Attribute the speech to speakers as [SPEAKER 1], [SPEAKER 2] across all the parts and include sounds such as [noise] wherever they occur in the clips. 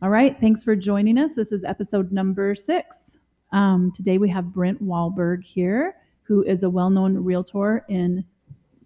[SPEAKER 1] All right, thanks for joining us. This is episode number six. Um, today we have Brent Wahlberg here, who is a well-known realtor in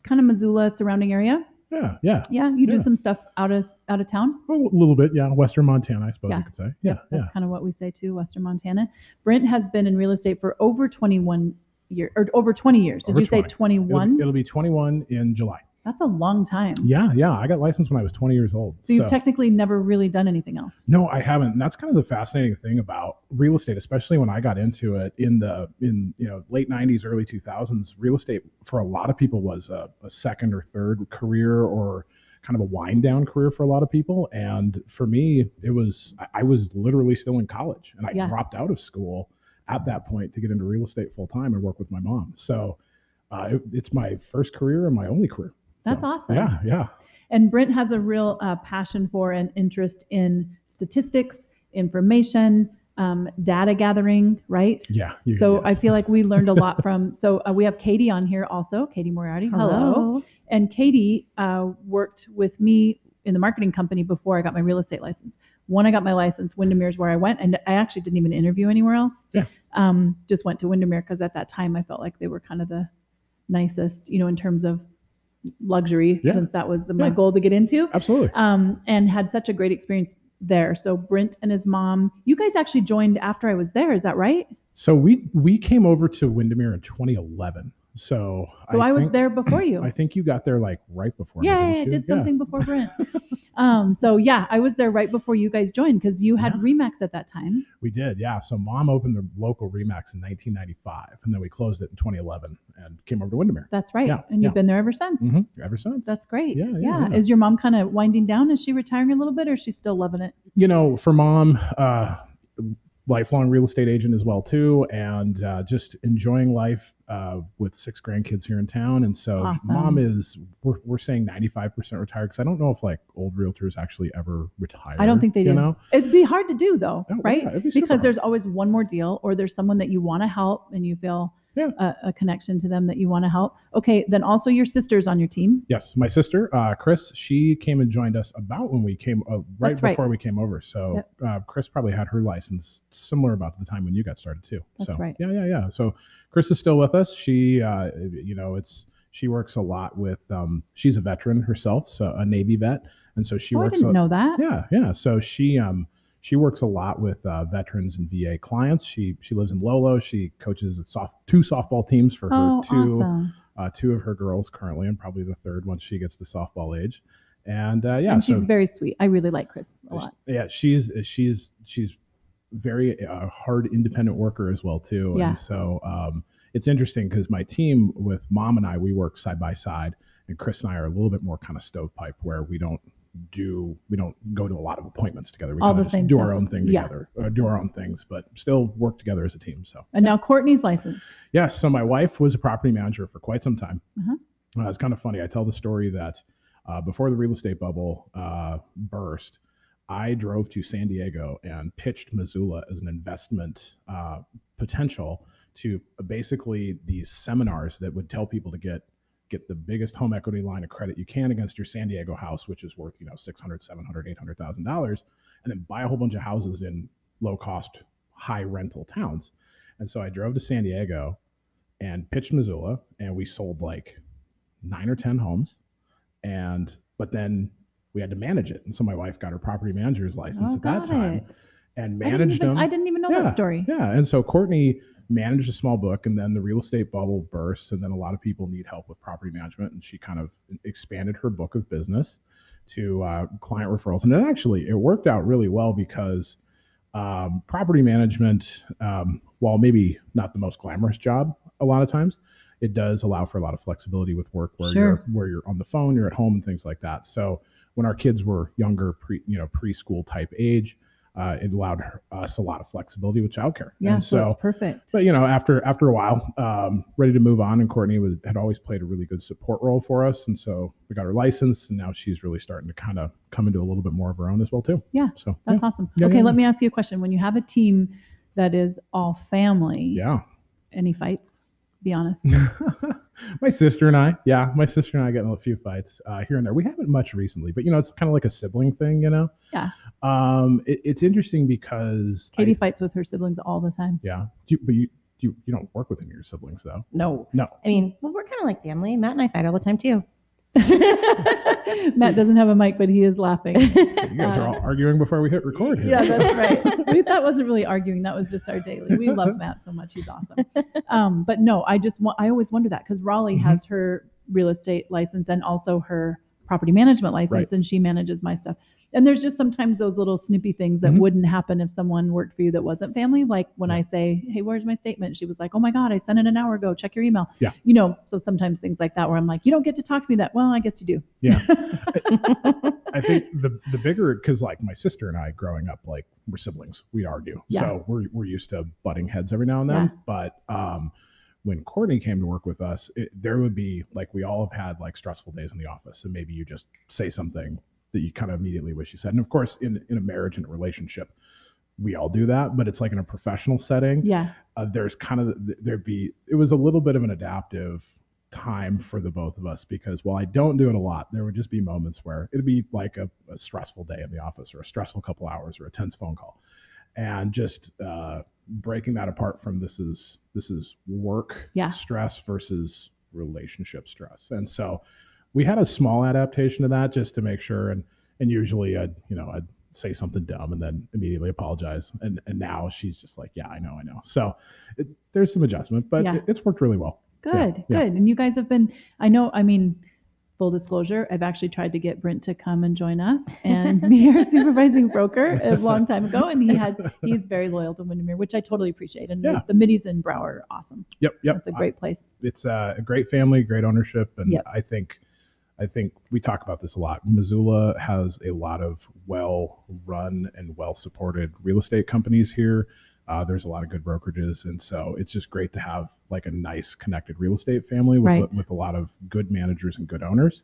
[SPEAKER 1] kind of Missoula surrounding area.
[SPEAKER 2] Yeah, yeah.
[SPEAKER 1] Yeah, you do
[SPEAKER 2] Yeah.
[SPEAKER 1] some stuff out of out of town.
[SPEAKER 2] A little bit, yeah. Western Montana, I suppose
[SPEAKER 1] Yeah.
[SPEAKER 2] you could say. Yeah, yeah.
[SPEAKER 1] That's kind of what we say too, Western Montana. Brent has been in real estate for over 21 years, or over 20 years. Did
[SPEAKER 2] Over
[SPEAKER 1] you say
[SPEAKER 2] 20. It'll,
[SPEAKER 1] 21?
[SPEAKER 2] it'll be 21 in July.
[SPEAKER 1] That's a long time.
[SPEAKER 2] Yeah, yeah. I got licensed when I was 20 years old.
[SPEAKER 1] So you've technically never really done anything else.
[SPEAKER 2] No, I haven't. And that's kind of the fascinating thing about real estate, especially when I got into it in the in you know late '90s, early 2000s. Real estate for a lot of people was a, a second or third career, or kind of a wind down career for a lot of people. And for me, it was I- I was literally still in college, and I
[SPEAKER 1] Yeah.
[SPEAKER 2] dropped out of school at that point to get into real estate full time and work with my mom. So uh, it, it's my first career and my only career.
[SPEAKER 1] That's
[SPEAKER 2] So,
[SPEAKER 1] awesome.
[SPEAKER 2] Yeah, yeah.
[SPEAKER 1] And Brent has a real uh, passion for and interest in statistics, information, um, data gathering, right?
[SPEAKER 2] Yeah. you-
[SPEAKER 1] So
[SPEAKER 2] yeah.
[SPEAKER 1] I feel like we learned a lot from. So uh, we have Katie on here also, Katie Moriarty. And Katie uh, worked with me in the marketing company before I got my real estate license. When I got my license, Windermere is where I went, and I actually didn't even interview anywhere else.
[SPEAKER 2] Yeah.
[SPEAKER 1] Um, just went to Windermere because at that time I felt like they were kind of the nicest, you know, in terms of luxury,
[SPEAKER 2] Yeah.
[SPEAKER 1] since that was the, my
[SPEAKER 2] Yeah.
[SPEAKER 1] goal to get into.
[SPEAKER 2] absolutely.
[SPEAKER 1] Um, and had such a great experience there. So Brent and his mom, you guys actually joined after I was there, is that right?
[SPEAKER 2] So we we came over to Windermere in 2011. So
[SPEAKER 1] So I, was
[SPEAKER 2] think-
[SPEAKER 1] there before you.
[SPEAKER 2] I think you got there like right before. me,
[SPEAKER 1] Yeah,
[SPEAKER 2] didn't
[SPEAKER 1] I
[SPEAKER 2] you?
[SPEAKER 1] did something before Brent. [laughs] um, so yeah, I was there right before you guys joined because you had
[SPEAKER 2] Yeah.
[SPEAKER 1] Remax at that time.
[SPEAKER 2] We did, yeah. So mom opened the local Remax in 1995, and then we closed it in 2011 and came over to Windermere.
[SPEAKER 1] That's right,
[SPEAKER 2] Yeah,
[SPEAKER 1] and you've
[SPEAKER 2] yeah.
[SPEAKER 1] been there ever since.
[SPEAKER 2] Mhm, Ever since.
[SPEAKER 1] That's great.
[SPEAKER 2] Yeah, yeah, yeah.
[SPEAKER 1] Is your mom kind of winding down? Is she retiring a little bit, or is she still loving it?
[SPEAKER 2] you know, for mom, uh, lifelong real estate agent as well too, and uh, just enjoying life uh, with six grandkids here in town. And so
[SPEAKER 1] Awesome.
[SPEAKER 2] mom is we're, we're saying 95 percent retired because I don't know if like old realtors actually ever retire.
[SPEAKER 1] I don't think they
[SPEAKER 2] you
[SPEAKER 1] do.
[SPEAKER 2] Know?
[SPEAKER 1] It'd be hard to do though,
[SPEAKER 2] Oh,
[SPEAKER 1] right?
[SPEAKER 2] yeah, it'd be super
[SPEAKER 1] because
[SPEAKER 2] hard.
[SPEAKER 1] there's always one more deal, or there's someone that you want to help, and you feel
[SPEAKER 2] Yeah.
[SPEAKER 1] a, a connection to them that you want to help. Okay, then also your sister's on your team.
[SPEAKER 2] Yes, my sister, uh, Chris, she came and joined us about when we came, uh, right
[SPEAKER 1] That's right.
[SPEAKER 2] before we came over. So
[SPEAKER 1] Yep.
[SPEAKER 2] uh, Chris probably had her license similar about the time when you got started too.
[SPEAKER 1] That's
[SPEAKER 2] so,
[SPEAKER 1] right.
[SPEAKER 2] Yeah, yeah, yeah. So Chris is still with us. She, uh, you know, it's she works a lot with. Um, she's a veteran herself, so a Navy vet, and so she
[SPEAKER 1] oh, I
[SPEAKER 2] works.
[SPEAKER 1] didn't
[SPEAKER 2] a,
[SPEAKER 1] know that.
[SPEAKER 2] yeah, yeah. So she um she works a lot with uh, veterans and VA clients. She she lives in Lolo. She coaches soft two softball teams for
[SPEAKER 1] Oh,
[SPEAKER 2] her two
[SPEAKER 1] awesome!
[SPEAKER 2] uh, two of her girls currently, and probably the third once she gets to softball age. And uh, yeah,
[SPEAKER 1] and she's
[SPEAKER 2] so-
[SPEAKER 1] very sweet. I really like Chris a lot.
[SPEAKER 2] yeah, she's she's she's very uh, hard independent worker as well too.
[SPEAKER 1] Yeah.
[SPEAKER 2] And so um, it's interesting because my team with mom and I we work side by side, and Chris and I are a little bit more kind of stovepipe where we don't do we don't go to a lot of appointments together. We
[SPEAKER 1] All
[SPEAKER 2] kinda
[SPEAKER 1] the
[SPEAKER 2] just
[SPEAKER 1] same
[SPEAKER 2] do
[SPEAKER 1] stuff.
[SPEAKER 2] our own thing
[SPEAKER 1] Yeah.
[SPEAKER 2] together, or do our own things, but still work together as a team. So.
[SPEAKER 1] And now Courtney's licensed.
[SPEAKER 2] Yes. so my wife was a property manager for quite some time.
[SPEAKER 1] Uh-huh.
[SPEAKER 2] Uh, it's kind of funny. I tell the story that uh, before the real estate bubble uh, burst, I drove to San Diego and pitched Missoula as an investment uh, potential to basically these seminars that would tell people to get get the biggest home equity line of credit you can against your San Diego house, which is worth you know 600, 700, 800 thousand dollars, and then buy a whole bunch of houses in low cost, high rental towns. And so I drove to San Diego and pitched Missoula, and we sold like nine or 10 homes. And, but then we had to manage it. And so my wife got her property manager's license
[SPEAKER 1] oh,
[SPEAKER 2] at that
[SPEAKER 1] got
[SPEAKER 2] time
[SPEAKER 1] it.
[SPEAKER 2] and
[SPEAKER 1] I didn't
[SPEAKER 2] managed
[SPEAKER 1] even,
[SPEAKER 2] them.
[SPEAKER 1] I didn't even know that story.
[SPEAKER 2] Yeah. And so Courtney managed a small book, and then the real estate bubble bursts, and then a lot of people need help with property management. And she kind of expanded her book of business to uh, client referrals. And it actually, it worked out really well because um, property management, um, while maybe not the most glamorous job a lot of times, it does allow for a lot of flexibility with work where
[SPEAKER 1] Sure.
[SPEAKER 2] you're where you're on the phone, you're at home, and things like that. So when our kids were younger, pre you know preschool type age, uh, it allowed her, us a lot of flexibility with childcare.
[SPEAKER 1] Yeah,
[SPEAKER 2] and
[SPEAKER 1] so,
[SPEAKER 2] so,
[SPEAKER 1] it's perfect.
[SPEAKER 2] but you know, after after a while, um, ready to move on, and Courtney was, had always played a really good support role for us, and so we got her license, and now she's really starting to kind of come into a little bit more of her own as well too.
[SPEAKER 1] Yeah,
[SPEAKER 2] so
[SPEAKER 1] That's awesome.
[SPEAKER 2] Yeah,
[SPEAKER 1] okay,
[SPEAKER 2] yeah,
[SPEAKER 1] let
[SPEAKER 2] yeah.
[SPEAKER 1] me ask you a question. When you have a team that is all family,
[SPEAKER 2] yeah. [laughs]
[SPEAKER 1] [laughs] any fights? Be honest.
[SPEAKER 2] yeah. my sister and I, yeah, my sister and I got in a few fights uh, here and there. We haven't much recently, but you know, it's kind of like a sibling thing, you know.
[SPEAKER 1] Yeah.
[SPEAKER 2] Um, it, it's interesting because I-
[SPEAKER 1] Katie fights with her siblings all the time. [laughs]
[SPEAKER 2] yeah, do you, but you do you, you don't work with any of your siblings though.
[SPEAKER 1] No.
[SPEAKER 2] No,
[SPEAKER 3] I mean, well, we're kind of like family. Matt and I fight all the time too.
[SPEAKER 1] Matt doesn't have a mic, but he is laughing.
[SPEAKER 2] you guys are all arguing before we hit record here.
[SPEAKER 1] Yeah, that's right. We, that wasn't really arguing. That was just our daily. We love Matt so much. He's awesome. Um, but no, I just want, I always wonder that because Raleigh
[SPEAKER 2] Mhm.
[SPEAKER 1] has her real estate license and also her property management license,
[SPEAKER 2] Right.
[SPEAKER 1] and she manages my stuff. And there's just sometimes those little snippy things that
[SPEAKER 2] Mhm.
[SPEAKER 1] wouldn't happen if someone worked for you that wasn't family. Like when I say, "Hey, where's my statement?" She was like, "Oh my God, I sent it an hour ago. Check your email."
[SPEAKER 2] Yeah.
[SPEAKER 1] You know, so sometimes things like that where I'm like, "You don't get to talk to me that." Well, I guess you do.
[SPEAKER 2] Yeah. [laughs] I think the the bigger because like my sister and I growing up like we're siblings we argue
[SPEAKER 1] Yeah.
[SPEAKER 2] so we're we're used to butting heads every now and then but um when Courtney came to work with us it, there would be like we all have had like stressful days in the office and maybe you just say something that you kind of immediately wish you said and of course in in a marriage and a relationship we all do that but it's like in a professional setting
[SPEAKER 1] yeah.
[SPEAKER 2] uh, there's kind of there'd be it was a little bit of an adaptive time for the both of us because while I don't do it a lot, there would just be moments where it'd be like a, a stressful day in the office or a stressful couple hours or a tense phone call, and just uh, breaking that apart from this is this is work
[SPEAKER 1] Yeah.
[SPEAKER 2] stress versus relationship stress, and so we had a small adaptation to that just to make sure and and usually I'd you know I'd say something dumb and then immediately apologize and and now she's just like yeah I know I know so it, there's some adjustment but
[SPEAKER 1] Yeah.
[SPEAKER 2] it- it's worked really well Yeah,
[SPEAKER 1] Good,
[SPEAKER 2] yeah.
[SPEAKER 1] good. And you guys have been, I know, I mean, full disclosure, I've actually tried to get Brent to come and join us
[SPEAKER 2] [laughs]
[SPEAKER 1] and be our supervising broker a long time ago. And he had,
[SPEAKER 2] [laughs]
[SPEAKER 1] he's very loyal to Windermere, which I totally appreciate. And
[SPEAKER 2] Yeah.
[SPEAKER 1] the Middies and Brower are awesome.
[SPEAKER 2] yep yep
[SPEAKER 1] That's a
[SPEAKER 2] I-
[SPEAKER 1] great place.
[SPEAKER 2] it's a, a great family great ownership and
[SPEAKER 1] Yep.
[SPEAKER 2] I think I think we talk about this a lot Missoula has a lot of well run and well supported real estate companies here uh, there's a lot of good brokerages and so it's just great to have like a nice connected real estate family with,
[SPEAKER 1] Right.
[SPEAKER 2] with a lot of good managers and good owners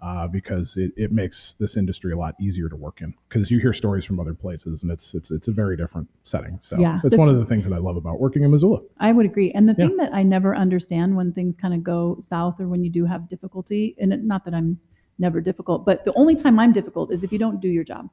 [SPEAKER 2] uh, because it, it makes this industry a lot easier to work in because you hear stories from other places and it's it's it's a very different setting. So
[SPEAKER 1] Yeah.
[SPEAKER 2] it's one of the things that I love about working in Missoula.
[SPEAKER 1] I would agree. And the
[SPEAKER 2] Yeah.
[SPEAKER 1] thing that I never understand when things kind of go south or when you do have difficulty, and it, not that I'm never difficult, but the only time I'm difficult is if you don't do your job.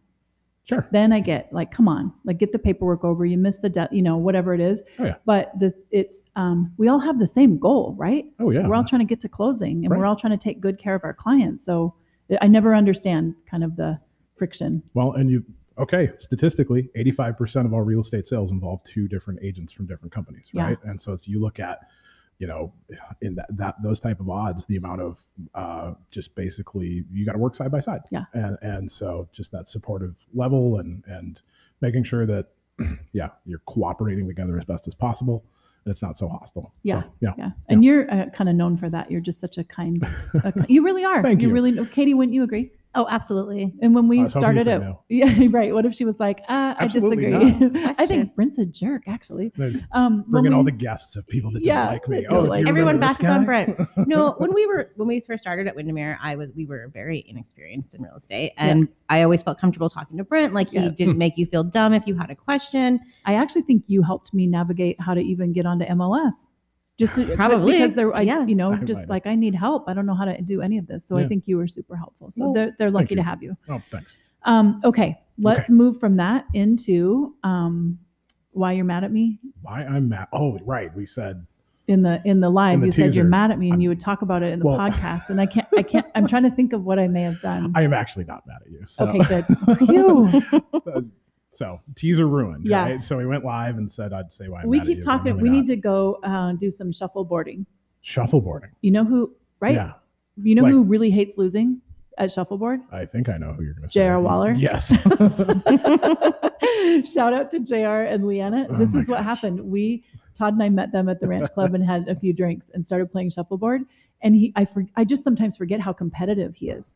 [SPEAKER 2] Sure.
[SPEAKER 1] then I get like, come on, like get the paperwork over. You missed the debt, you know, whatever it is.
[SPEAKER 2] Oh, yeah.
[SPEAKER 1] But the it's um, we all have the same goal, right?
[SPEAKER 2] Oh yeah.
[SPEAKER 1] We're all trying to get to closing, and we're
[SPEAKER 2] Right.
[SPEAKER 1] all trying to take good care of our clients. So I never understand kind of the friction.
[SPEAKER 2] Well, and you okay? Statistically, eighty-five percent of all real estate sales involve two different agents from different companies,
[SPEAKER 1] Yeah.
[SPEAKER 2] right? And so it's you look at, you know, in that, that those type of odds, the amount of uh, just basically you got to work side by side,
[SPEAKER 1] Yeah.
[SPEAKER 2] And and so just that supportive level and and making sure that [clears throat] yeah you're cooperating together as best as possible and it's not so hostile.
[SPEAKER 1] Yeah.
[SPEAKER 2] so, yeah.
[SPEAKER 1] Yeah, and you're uh, kind of known for that. You're just such a kind. a ki- you really are.
[SPEAKER 2] [laughs] Thank you.
[SPEAKER 1] really. Katie, wouldn't you agree?
[SPEAKER 3] Oh, absolutely.
[SPEAKER 1] And when we
[SPEAKER 2] I was hoping you
[SPEAKER 1] started it,
[SPEAKER 2] said no.
[SPEAKER 1] [laughs] yeah, right. What if she was like, uh, I
[SPEAKER 2] Absolutely
[SPEAKER 1] disagree? [laughs] I think
[SPEAKER 3] Question.
[SPEAKER 1] Brent's a jerk, actually.
[SPEAKER 2] Then
[SPEAKER 1] Um,
[SPEAKER 2] Bring
[SPEAKER 1] when
[SPEAKER 2] in all
[SPEAKER 1] we-
[SPEAKER 2] the guests of people that
[SPEAKER 1] Yeah,
[SPEAKER 2] didn't like me.
[SPEAKER 1] that
[SPEAKER 2] Oh,
[SPEAKER 1] don't
[SPEAKER 2] if
[SPEAKER 1] like
[SPEAKER 2] you
[SPEAKER 1] me.
[SPEAKER 2] remember
[SPEAKER 3] Everyone
[SPEAKER 2] this
[SPEAKER 3] back is on
[SPEAKER 2] guy? [laughs]
[SPEAKER 3] Brent. No, when we were when we first started at Windermere, I was we were very inexperienced in real estate, and I always felt comfortable talking to Brent. Like he
[SPEAKER 1] Yeah.
[SPEAKER 3] didn't make you feel dumb if you had
[SPEAKER 2] [laughs]
[SPEAKER 3] a question.
[SPEAKER 1] I actually think you helped me navigate how to even get onto MLS. Just to-
[SPEAKER 3] Probably.
[SPEAKER 1] because there, I,
[SPEAKER 3] Yeah.
[SPEAKER 1] you know,
[SPEAKER 2] I might
[SPEAKER 1] just
[SPEAKER 2] have.
[SPEAKER 1] like I need help. I don't know how to do any of this. So I
[SPEAKER 2] Yeah.
[SPEAKER 1] think you were super helpful. So
[SPEAKER 2] Well,
[SPEAKER 1] they're, they're
[SPEAKER 2] thank
[SPEAKER 1] lucky to
[SPEAKER 2] you.
[SPEAKER 1] have you.
[SPEAKER 2] Oh, thanks.
[SPEAKER 1] Um, okay, let's move from that into um, why you're mad at me.
[SPEAKER 2] Why I'm mad? Oh, right. We said
[SPEAKER 1] In the in the live,
[SPEAKER 2] In the
[SPEAKER 1] you said you're
[SPEAKER 2] teaser.
[SPEAKER 1] mad at me, and
[SPEAKER 2] I'm-
[SPEAKER 1] you would talk about it in the
[SPEAKER 2] Well- [laughs]
[SPEAKER 1] podcast. And I can't, I can't. I'm trying to think of what I may have done.
[SPEAKER 2] I am actually not mad at you. So,
[SPEAKER 1] Okay, good. Phew.
[SPEAKER 2] [laughs] so teaser ruined.
[SPEAKER 1] Yeah.
[SPEAKER 2] Right? So we went live and said I'd say why I'm
[SPEAKER 1] we
[SPEAKER 2] mad at
[SPEAKER 1] keep
[SPEAKER 2] you, but
[SPEAKER 1] talking. We
[SPEAKER 2] really not.
[SPEAKER 1] need to go uh, do some shuffleboarding.
[SPEAKER 2] shuffleboarding.
[SPEAKER 1] You know who? Right?
[SPEAKER 2] Yeah.
[SPEAKER 1] You know
[SPEAKER 2] Like-
[SPEAKER 1] who really hates losing at shuffleboard? [laughs]
[SPEAKER 2] I think I know who you're going to say.
[SPEAKER 1] J.R. Waller? [laughs]
[SPEAKER 2] Yes.
[SPEAKER 1] Shout out to JR and Leanna.
[SPEAKER 2] Oh
[SPEAKER 1] This is
[SPEAKER 2] my
[SPEAKER 1] what
[SPEAKER 2] gosh.
[SPEAKER 1] happened. We Todd and I met them at the ranch club and had a few drinks and started playing shuffleboard. And he I for, I just sometimes forget how competitive he is.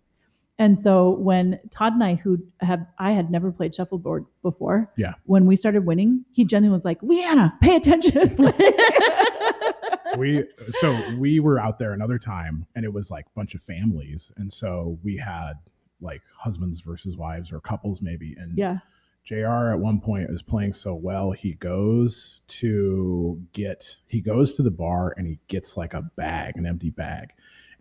[SPEAKER 1] And so when Todd and I, who have I had never played shuffleboard before,
[SPEAKER 2] Yeah.
[SPEAKER 1] when we started winning, he genuinely was like, Leanna, pay attention. [laughs]
[SPEAKER 2] we so we were out there another time and it was like a bunch of [laughs] families and so we had like husbands versus wives or couples maybe and
[SPEAKER 1] yeah.
[SPEAKER 2] JR at one point is playing so well, he goes to get he goes to the bar and he gets like a bag, an empty bag,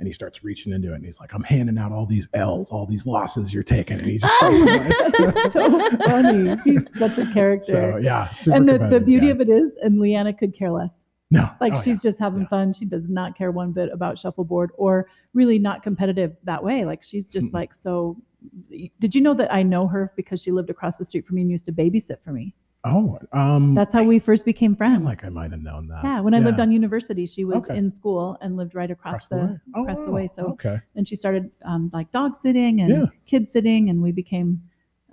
[SPEAKER 2] and he starts reaching into it and he's like, I'm handing out all these L's, all these losses you're taking. And he's
[SPEAKER 1] [laughs]
[SPEAKER 2] just so smart.
[SPEAKER 3] [laughs]
[SPEAKER 1] so funny. He's such a
[SPEAKER 2] so
[SPEAKER 1] character.
[SPEAKER 2] yeah. super
[SPEAKER 1] and the, the
[SPEAKER 2] competitive
[SPEAKER 1] beauty
[SPEAKER 2] guy.
[SPEAKER 1] of it is, and Leanna could care less.
[SPEAKER 2] no,
[SPEAKER 1] Like
[SPEAKER 2] oh,
[SPEAKER 1] she's just having
[SPEAKER 2] Yeah.
[SPEAKER 1] fun. She does not care one bit about shuffleboard or really not competitive that way. Like she's just
[SPEAKER 2] Mm-mm.
[SPEAKER 1] like, so did you know that I know her because she lived across the street from me and used to babysit for me?
[SPEAKER 2] yeah. oh um
[SPEAKER 1] That's how we first became
[SPEAKER 2] I
[SPEAKER 1] friends.
[SPEAKER 2] feel like I might have known that.
[SPEAKER 1] yeah, when I lived on university, she was
[SPEAKER 2] Okay.
[SPEAKER 1] in school and lived right across, the,
[SPEAKER 2] way. Oh,
[SPEAKER 1] across the
[SPEAKER 2] wow.
[SPEAKER 1] way. So
[SPEAKER 2] okay.
[SPEAKER 1] and she started um, like dog sitting and
[SPEAKER 2] Yeah.
[SPEAKER 1] kid sitting, and we became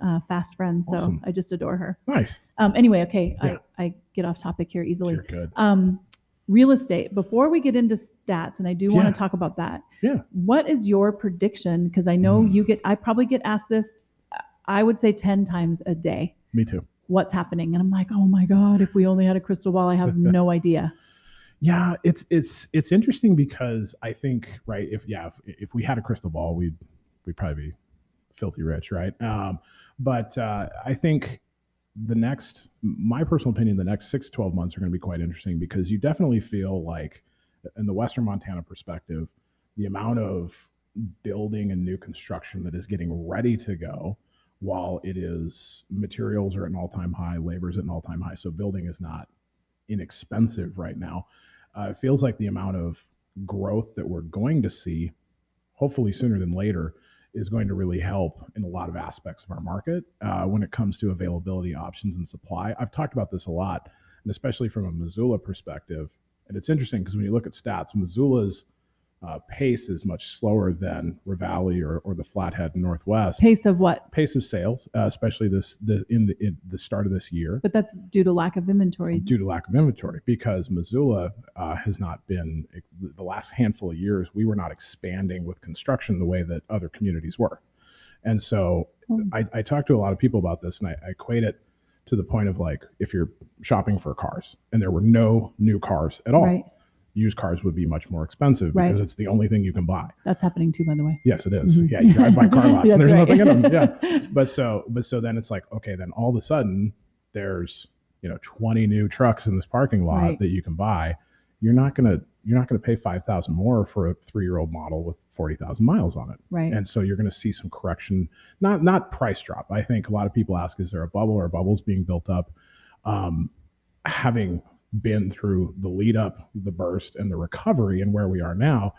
[SPEAKER 1] uh, fast friends. So
[SPEAKER 2] Awesome.
[SPEAKER 1] I just adore her.
[SPEAKER 2] Nice.
[SPEAKER 1] Um, anyway, okay,
[SPEAKER 2] Yeah.
[SPEAKER 1] I, I get off topic here easily.
[SPEAKER 2] You're good.
[SPEAKER 1] Um, real estate. Before we get into stats, and I do want
[SPEAKER 2] Yeah.
[SPEAKER 1] to talk about that.
[SPEAKER 2] Yeah.
[SPEAKER 1] What is your prediction? Because I know
[SPEAKER 2] Mm.
[SPEAKER 1] you get, I probably get asked this. uh, I would say ten times a day.
[SPEAKER 2] Me too.
[SPEAKER 1] What's happening? And I'm like, oh my god! If we only had a crystal ball, I have
[SPEAKER 2] [laughs]
[SPEAKER 1] no idea.
[SPEAKER 2] Yeah, it's it's it's interesting because I think right if yeah if, if we had a crystal ball we'd we'd probably be filthy rich right um, but uh, I think the next my personal opinion the next six to 12 months are going to be quite interesting because you definitely feel like in the Western Montana perspective the amount of building and new construction that is getting ready to go while it is materials are at an all-time high labor's at an all-time high so building is not inexpensive right now. Uh, it feels like the amount of growth that we're going to see, hopefully sooner than later, is going to really help in a lot of aspects of our market uh, when it comes to availability, options, and supply. I've talked about this a lot, and especially from a Missoula perspective. And it's interesting because when you look at stats, Missoula's uh, pace is much slower than Ravalli or, or the Flathead Northwest.
[SPEAKER 1] Pace of what?
[SPEAKER 2] Pace of sales, uh, especially this the in the in the start of this year,
[SPEAKER 1] But that's due to lack of inventory.
[SPEAKER 2] due to lack of inventory because Missoula uh, has not been the last handful of years we were not expanding with construction the way that other communities were and so
[SPEAKER 1] Hmm.
[SPEAKER 2] I, I talked to a lot of people about this and I, I equate it to the point of like if you're shopping for cars and there were no new cars at all,
[SPEAKER 1] Right.
[SPEAKER 2] used cars would be much more expensive
[SPEAKER 1] Right.
[SPEAKER 2] because it's the only thing you can buy
[SPEAKER 1] That's happening too, by the way.
[SPEAKER 2] yes it is.
[SPEAKER 1] Mhm.
[SPEAKER 2] yeah you drive
[SPEAKER 1] [laughs]
[SPEAKER 2] by car lots
[SPEAKER 1] That's
[SPEAKER 2] and there's
[SPEAKER 1] right.
[SPEAKER 2] nothing in
[SPEAKER 1] [laughs]
[SPEAKER 2] them yeah but so but so then it's like okay then all of a sudden there's you know 20 new trucks in this parking lot
[SPEAKER 1] Right.
[SPEAKER 2] that you can buy you're not gonna you're not gonna pay 5000 more for a three-year-old model with 40000 miles on it
[SPEAKER 1] right.
[SPEAKER 2] and so you're gonna see some correction not not price drop i think a lot of people ask is there a bubble or bubbles being built up um, having been through the lead up the burst and the recovery and where we are now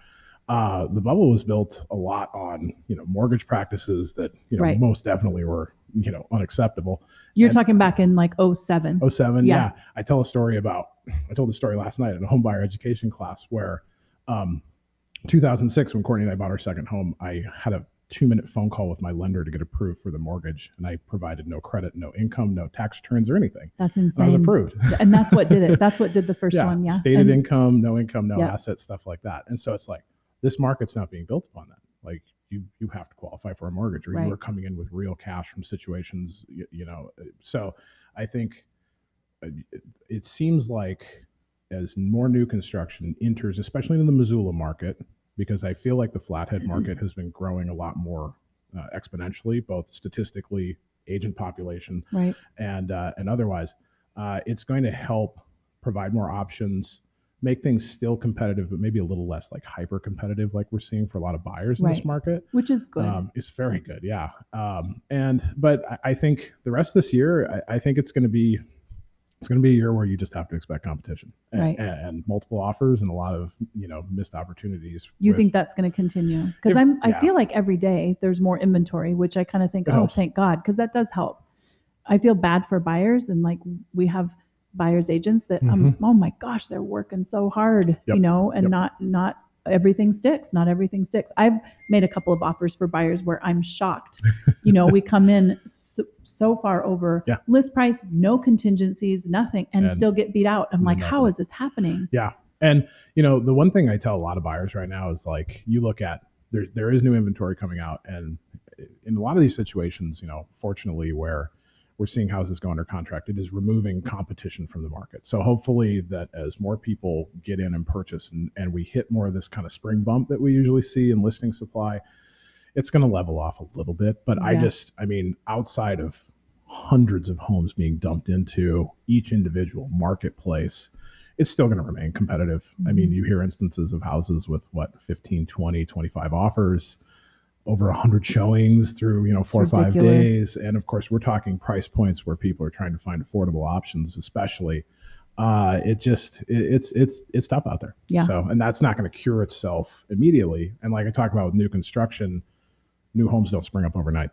[SPEAKER 2] uh, the bubble was built a lot on you know mortgage practices that you know
[SPEAKER 1] Right.
[SPEAKER 2] most definitely were you know unacceptable.
[SPEAKER 1] You're
[SPEAKER 2] and- Oh,
[SPEAKER 1] talking back in like 07.
[SPEAKER 2] 07,
[SPEAKER 1] Yeah.
[SPEAKER 2] yeah. I tell a story about I told a story last night in a home buyer education class where um 2006 when Courtney and I bought our second home, I had a 2-minute phone call with my lender to get approved for the mortgage and I provided no credit, no income, no tax returns or anything.
[SPEAKER 1] That's
[SPEAKER 2] And I was
[SPEAKER 1] insane.
[SPEAKER 2] approved.
[SPEAKER 1] and that's what did it. That's what did the
[SPEAKER 2] [laughs]
[SPEAKER 1] first one. Yeah.
[SPEAKER 2] Stated
[SPEAKER 1] And-
[SPEAKER 2] income, no income, no
[SPEAKER 1] Yeah.
[SPEAKER 2] asset, stuff like that. And so it's like this market's not being built upon that. Like you, you have to qualify for a mortgage, or
[SPEAKER 1] Right.
[SPEAKER 2] you are coming in with real cash from situations, you, you know. uh, So I think uh, it, it seems like as more new construction enters, especially in the Missoula market, because I feel like the Flathead
[SPEAKER 1] [clears throat]
[SPEAKER 2] market has been growing a lot more uh, exponentially, both statistically, agent population,
[SPEAKER 1] right.
[SPEAKER 2] and uh, and otherwise, uh, it's going to help provide more options, make things still competitive, but maybe a little less like hyper competitive, like we're seeing for a lot of buyers in
[SPEAKER 1] Right.
[SPEAKER 2] this market.
[SPEAKER 1] Which is good.
[SPEAKER 2] Um, it's very good, yeah. Um, and but I, I think the rest of this year, I, I think it's going to be it's going to be a year where you just have to expect competition and,
[SPEAKER 1] Right.
[SPEAKER 2] and, and multiple offers and a lot of you know missed opportunities.
[SPEAKER 1] you
[SPEAKER 2] with-
[SPEAKER 1] think that's going to continue? Because
[SPEAKER 2] If-
[SPEAKER 1] I'm, I
[SPEAKER 2] yeah.
[SPEAKER 1] feel like every day there's more inventory, which I kind of think,
[SPEAKER 2] It
[SPEAKER 1] oh,
[SPEAKER 2] helps.
[SPEAKER 1] thank God, because that does help. I feel bad for buyers, and like we have buyers agents that, um, oh my gosh, they're working so hard, you
[SPEAKER 2] Mm-hmm. Yep.
[SPEAKER 1] know, and
[SPEAKER 2] Yep.
[SPEAKER 1] not not everything sticks. Not everything sticks. I've made a couple of offers for buyers where I'm shocked. you know, we come in so, so far over
[SPEAKER 2] Yeah.
[SPEAKER 1] list price, no contingencies, nothing, and,
[SPEAKER 2] And
[SPEAKER 1] still get beat out. I'm like, how
[SPEAKER 2] nothing.
[SPEAKER 1] is this happening?
[SPEAKER 2] And you know, the one thing I tell a lot of buyers right now is like, you look at there, there is new inventory coming out, and in a lot of these situations, you know, fortunately, where we're seeing houses go under contract, it is removing competition from the market. So hopefully, that as more people get in and purchase, and, and we hit more of this kind of spring bump that we usually see in listing supply, it's going to level off a little bit. But I
[SPEAKER 1] Yeah.
[SPEAKER 2] just, I mean, outside of hundreds of homes being dumped into each individual marketplace it's still going to remain competitive i mean
[SPEAKER 1] Mm-hmm.
[SPEAKER 2] you hear instances of houses with what 15 20 25 offers over 100 showings through you know four or five
[SPEAKER 4] ridiculous.
[SPEAKER 2] days and of course we're talking price points where people are trying to find affordable options especially uh it just it, it's it's it's tough out there
[SPEAKER 1] Yeah.
[SPEAKER 2] so and that's not going to cure itself immediately and like i talk about with new construction new homes don't spring up overnight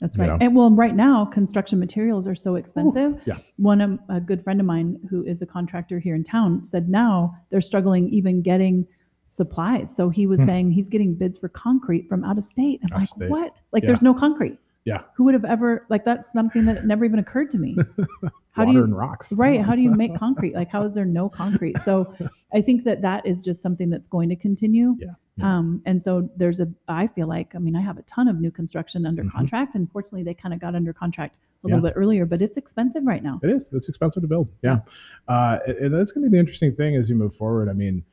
[SPEAKER 1] That's
[SPEAKER 2] you
[SPEAKER 1] right.
[SPEAKER 2] know?
[SPEAKER 1] And well, right now, construction materials are so expensive.
[SPEAKER 2] yeah.
[SPEAKER 1] One, um, a good friend of mine who is a contractor here in town said now they're struggling even getting supplies. So he was
[SPEAKER 2] Hmm.
[SPEAKER 1] saying he's getting bids for concrete from out of state. I'm
[SPEAKER 2] Out of
[SPEAKER 1] like,
[SPEAKER 2] state.
[SPEAKER 1] what? Like,
[SPEAKER 2] Yeah.
[SPEAKER 1] there's no concrete.
[SPEAKER 2] Yeah.
[SPEAKER 1] Who would have ever, like, that's something that never even occurred to
[SPEAKER 2] [laughs]
[SPEAKER 1] me. How do
[SPEAKER 2] water
[SPEAKER 1] you-
[SPEAKER 2] and rocks
[SPEAKER 1] Right. How do you
[SPEAKER 2] [laughs]
[SPEAKER 1] make concrete? Like, how is there no concrete? So I think that that is just something that's going to continue.
[SPEAKER 2] Yeah, yeah.
[SPEAKER 1] Um, and so there's a, I feel like, I mean, I have a ton of new construction under
[SPEAKER 2] Mhm.
[SPEAKER 1] contract. And fortunately, they kind of got under contract a little bit earlier, but it's expensive right now.
[SPEAKER 2] It is. It's expensive to build. Yeah. Uh, and- and that's going to be the interesting thing as you move forward. I mean,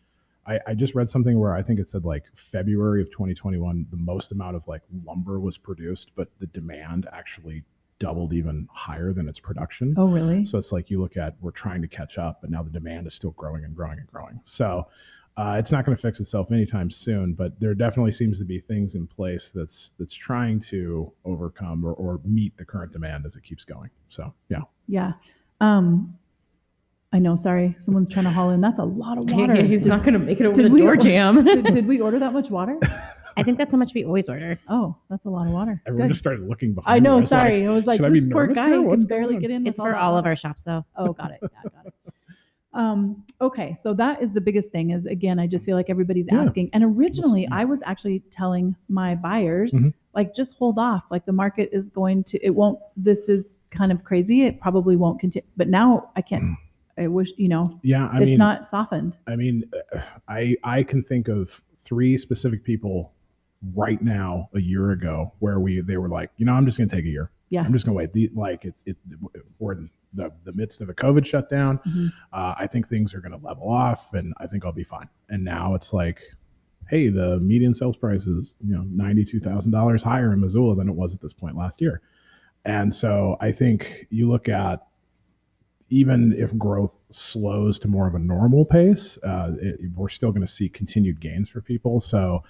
[SPEAKER 2] I, I just read something where I think it said like February of 2021, the most amount of like lumber was produced, but the demand actually doubled even higher than its production.
[SPEAKER 1] Oh, really?
[SPEAKER 2] So it's like you look at we're trying to catch up, but now the demand is still growing and growing and growing. So uh, it's not going to fix itself anytime soon, but there definitely seems to be things in place that's that's trying to overcome or, or meet the current demand as it keeps going. So yeah.
[SPEAKER 1] yeah. Um, I know. Sorry. Someone's trying to haul in. That's a lot
[SPEAKER 2] [laughs]
[SPEAKER 1] of water.
[SPEAKER 4] He's not going to make it over
[SPEAKER 1] Did
[SPEAKER 4] the
[SPEAKER 1] we-
[SPEAKER 4] door jam.
[SPEAKER 1] did, did we order that much water?
[SPEAKER 3] [laughs] I think that's how much we always [laughs] order.
[SPEAKER 1] Oh, that's a lot of water.
[SPEAKER 2] Everyone
[SPEAKER 1] Good.
[SPEAKER 2] just started looking behind.
[SPEAKER 1] I
[SPEAKER 2] me.
[SPEAKER 1] know.
[SPEAKER 2] was like,
[SPEAKER 1] sorry. I was like,
[SPEAKER 2] should I be
[SPEAKER 1] this poor
[SPEAKER 2] nervous
[SPEAKER 1] guy
[SPEAKER 2] here? What's
[SPEAKER 1] can barely
[SPEAKER 2] going on?
[SPEAKER 1] get in.
[SPEAKER 3] It's
[SPEAKER 1] with all
[SPEAKER 3] for
[SPEAKER 1] that
[SPEAKER 3] all of
[SPEAKER 1] water.
[SPEAKER 3] our shops, though.
[SPEAKER 1] Oh, got it. Yeah, got it. Um, okay, so that is the biggest thing is again, I just feel like everybody's
[SPEAKER 2] Yeah.
[SPEAKER 1] asking. And originally,
[SPEAKER 2] yeah.
[SPEAKER 1] I was actually telling my buyers,
[SPEAKER 2] Mhm.
[SPEAKER 1] like, just hold off. Like, the market is going to, it won't, this is kind of crazy. It probably won't continue. But now I can't, I wish, you know,
[SPEAKER 2] yeah, Mm. I
[SPEAKER 1] it's
[SPEAKER 2] mean,
[SPEAKER 1] not softened.
[SPEAKER 2] I mean, uh, I I can think of three specific people right now a year ago where we they were like, you know, I'm just going to take a year.
[SPEAKER 1] Yeah.
[SPEAKER 2] I'm just going to wait. The, like it's it we're in the, the midst of a COVID shutdown.
[SPEAKER 1] Mhm.
[SPEAKER 2] Uh, I think things are going to level off, and I think I'll be fine. And now it's like. Hey, the median sales price is you know ninety two thousand dollars higher in Missoula than it was at this point last year, and so I think you look at even if growth slows to more of a normal pace, uh, it, we're still going to see continued gains for people. So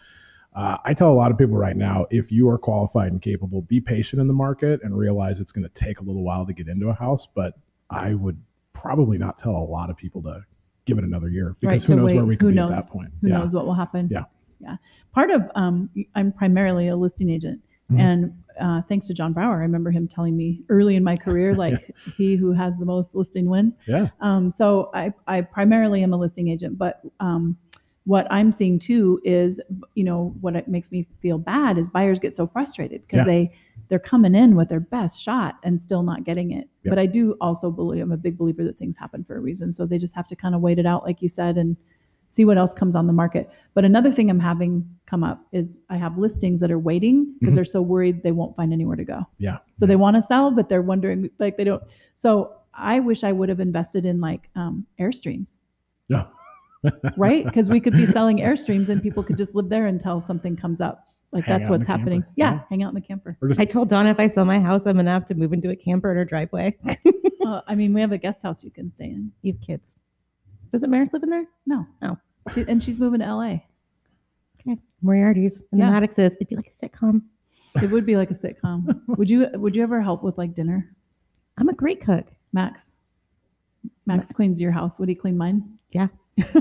[SPEAKER 2] uh, I tell a lot of people right now if you are qualified and capable, be patient in the market and realize it's going to take a little while to get into a house. But I would probably not tell a lot of people to give it another year because
[SPEAKER 1] Right,
[SPEAKER 2] who
[SPEAKER 1] to
[SPEAKER 2] knows
[SPEAKER 1] wait.
[SPEAKER 2] where we could
[SPEAKER 1] Who
[SPEAKER 2] be
[SPEAKER 1] knows?
[SPEAKER 2] at that point.
[SPEAKER 1] Who
[SPEAKER 2] yeah.
[SPEAKER 1] knows what will happen?
[SPEAKER 2] Yeah.
[SPEAKER 1] Yeah. Part of, um, I'm primarily a listing agent.
[SPEAKER 2] Mhm.
[SPEAKER 1] And uh, thanks to John Brower, I remember him telling me early in my
[SPEAKER 2] [laughs]
[SPEAKER 1] career, like, he who has the most listing wins.
[SPEAKER 2] Yeah.
[SPEAKER 1] Um, so I, I primarily am a listing agent, but um, what I'm seeing too is, you know, what it makes me feel bad is buyers get so frustrated because
[SPEAKER 2] Yeah.
[SPEAKER 1] they they're coming in with their best shot and still not getting it.
[SPEAKER 2] Yeah.
[SPEAKER 1] But I do also believe I'm a big believer that things happen for a reason, so they just have to kind of wait it out, like you said, and see what else comes on the market. But another thing I'm having come up is I have listings that are waiting because
[SPEAKER 2] Mhm.
[SPEAKER 1] they're so worried they won't find anywhere to go.
[SPEAKER 2] Yeah.
[SPEAKER 1] So they want to sell, but they're wondering like they don't. So I wish I would have invested in like um, airstreams,
[SPEAKER 2] Yeah. [laughs]
[SPEAKER 1] right? Because we could be selling airstreams and people could just live there until something comes up. Like
[SPEAKER 2] Hang
[SPEAKER 1] that's
[SPEAKER 2] out in
[SPEAKER 1] what's
[SPEAKER 2] the camper.
[SPEAKER 1] happening. Yeah,
[SPEAKER 2] Yeah.
[SPEAKER 1] hang out in the camper.
[SPEAKER 2] Or just
[SPEAKER 3] I told Donna if I sell my house, I'm gonna have to move into a camper in her driveway.
[SPEAKER 1] Uh, I mean, we have a guest house you can stay in.
[SPEAKER 3] you have kids. Doesn't Maris live in there?
[SPEAKER 1] No,
[SPEAKER 3] Oh.
[SPEAKER 1] she, and she's moving to LA.
[SPEAKER 3] Moriarty's and
[SPEAKER 1] Yeah.
[SPEAKER 3] the Maddoxes. It'd be like a sitcom.
[SPEAKER 1] It would be like a sitcom. would you? Would you ever help with like dinner,
[SPEAKER 3] I'm a great cook. [laughs]
[SPEAKER 1] Max? Max cleans your house. Would he clean mine?
[SPEAKER 3] Yeah.
[SPEAKER 1] [laughs]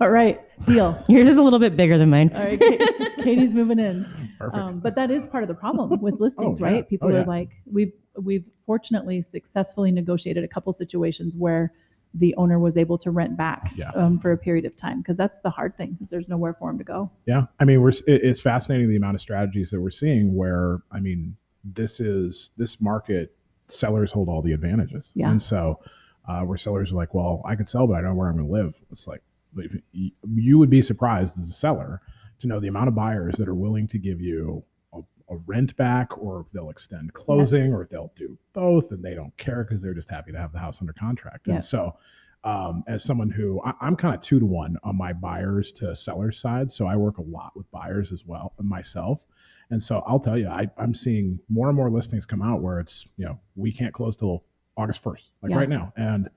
[SPEAKER 1] All right, deal.
[SPEAKER 3] Yours is a little bit bigger than mine.
[SPEAKER 1] All
[SPEAKER 3] [laughs]
[SPEAKER 1] right, Ka-
[SPEAKER 2] [laughs]
[SPEAKER 1] Katie's moving in.
[SPEAKER 2] perfect.
[SPEAKER 1] Um, but that is part of the problem with listings,
[SPEAKER 2] yeah.
[SPEAKER 1] right? People
[SPEAKER 2] [laughs] Oh,
[SPEAKER 1] are
[SPEAKER 2] yeah.
[SPEAKER 1] like, we've we've fortunately successfully negotiated a couple situations where the owner was able to rent back
[SPEAKER 2] Yeah.
[SPEAKER 1] um, for a period of time because that's the hard thing because there's nowhere for him to go.
[SPEAKER 2] Yeah, I mean, we're it- it's fascinating the amount of strategies that we're seeing. Where I mean, this is this market sellers hold all the advantages,
[SPEAKER 1] Yeah.
[SPEAKER 2] and so uh, where sellers are like, well, I could sell, but I don't know where I'm going to live. It's like like, y- you would be surprised as a seller to know the amount of buyers that are willing to give you a, a rent back, or if they'll extend closing, or if they'll do both, and they don't care because they're just happy to have the house under contract.
[SPEAKER 1] Yeah.
[SPEAKER 2] And so um, as someone who I, I'm kind of two to one on my buyers to seller side. So I work a lot with buyers as well and myself. And so I'll tell you, I, I'm seeing more and more listings come out where it's, you know, we can't close till August 1st, like
[SPEAKER 1] Yeah.
[SPEAKER 2] right now. And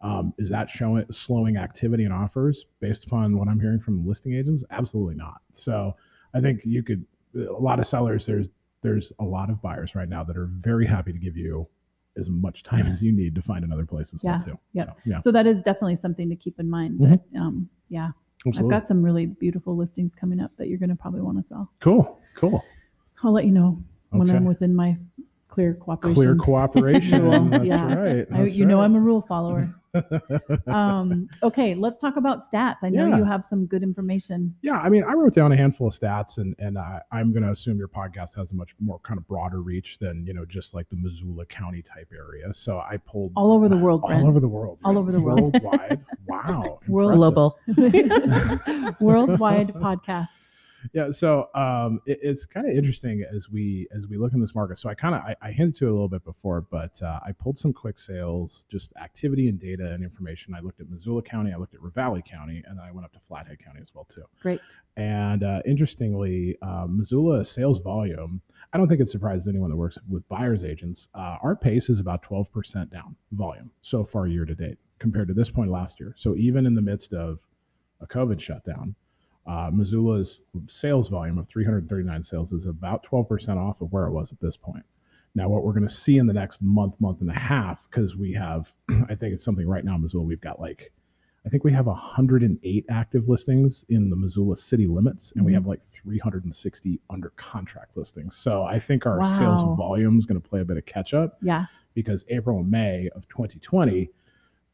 [SPEAKER 2] um, is that showing slowing activity and offers based upon what I'm hearing from listing agents? Absolutely not. So I think you could a lot of sellers. There's there's a lot of buyers right now that are very happy to give you as much time as you need to find another place as
[SPEAKER 1] Yeah,
[SPEAKER 2] well too.
[SPEAKER 1] yep.
[SPEAKER 2] So, yeah.
[SPEAKER 1] So that is definitely something to keep in mind.
[SPEAKER 2] Mhm.
[SPEAKER 1] But, um, yeah, I've
[SPEAKER 2] Absolutely.
[SPEAKER 1] got some really beautiful listings coming up that you're going to probably want to sell.
[SPEAKER 2] cool. Cool.
[SPEAKER 1] I'll let you know when
[SPEAKER 2] Okay.
[SPEAKER 1] I'm within my clear cooperation.
[SPEAKER 2] Clear cooperation.
[SPEAKER 1] [laughs] Cool.
[SPEAKER 2] That's
[SPEAKER 1] Yeah.
[SPEAKER 2] right.
[SPEAKER 1] I,
[SPEAKER 2] That's
[SPEAKER 1] you know,
[SPEAKER 2] right.
[SPEAKER 1] I'm a rule
[SPEAKER 2] [laughs]
[SPEAKER 1] follower. um, okay, let's talk about stats. I know
[SPEAKER 2] Yeah.
[SPEAKER 1] you have some good information. [laughs]
[SPEAKER 2] Yeah, I mean, I wrote down a handful of stats, and and I, I'm going to assume your podcast has a much more kind of broader reach than you know just like the Missoula County type area. So I pulled
[SPEAKER 1] All over the world, Brent.
[SPEAKER 2] all over the world,
[SPEAKER 1] All over the world.
[SPEAKER 2] worldwide. wow,
[SPEAKER 1] [laughs] World-
[SPEAKER 2] impressive.
[SPEAKER 3] Global.
[SPEAKER 1] Worldwide podcast.
[SPEAKER 2] yeah so um it, it's kind of interesting as we as we look in this market so i kind of I, I hinted to it a little bit before but uh, i pulled some quick sales just activity and data and information i looked at missoula county i looked at ravalli county and i went up to flathead county as well too
[SPEAKER 1] Great.
[SPEAKER 2] and uh, interestingly uh, missoula sales volume i don't think it surprises anyone that works with buyers agents uh, our pace is about 12% down volume so far year to date compared to this point last year so even in the midst of a covid shutdown uh, Missoula's sales volume of 339 sales is about 12% off of where it was at this point. Now, what we're going to see in the next month, month and a half, because we have, [clears throat] I think it's something right now in Missoula, we've got like, I think we have 108 active listings in the Missoula city limits, and we
[SPEAKER 1] Mhm.
[SPEAKER 2] have like 360 under contract listings. So I think our
[SPEAKER 1] Wow.
[SPEAKER 2] sales volume is going to play a bit of catch up
[SPEAKER 1] Yeah.
[SPEAKER 2] because April and May of 2020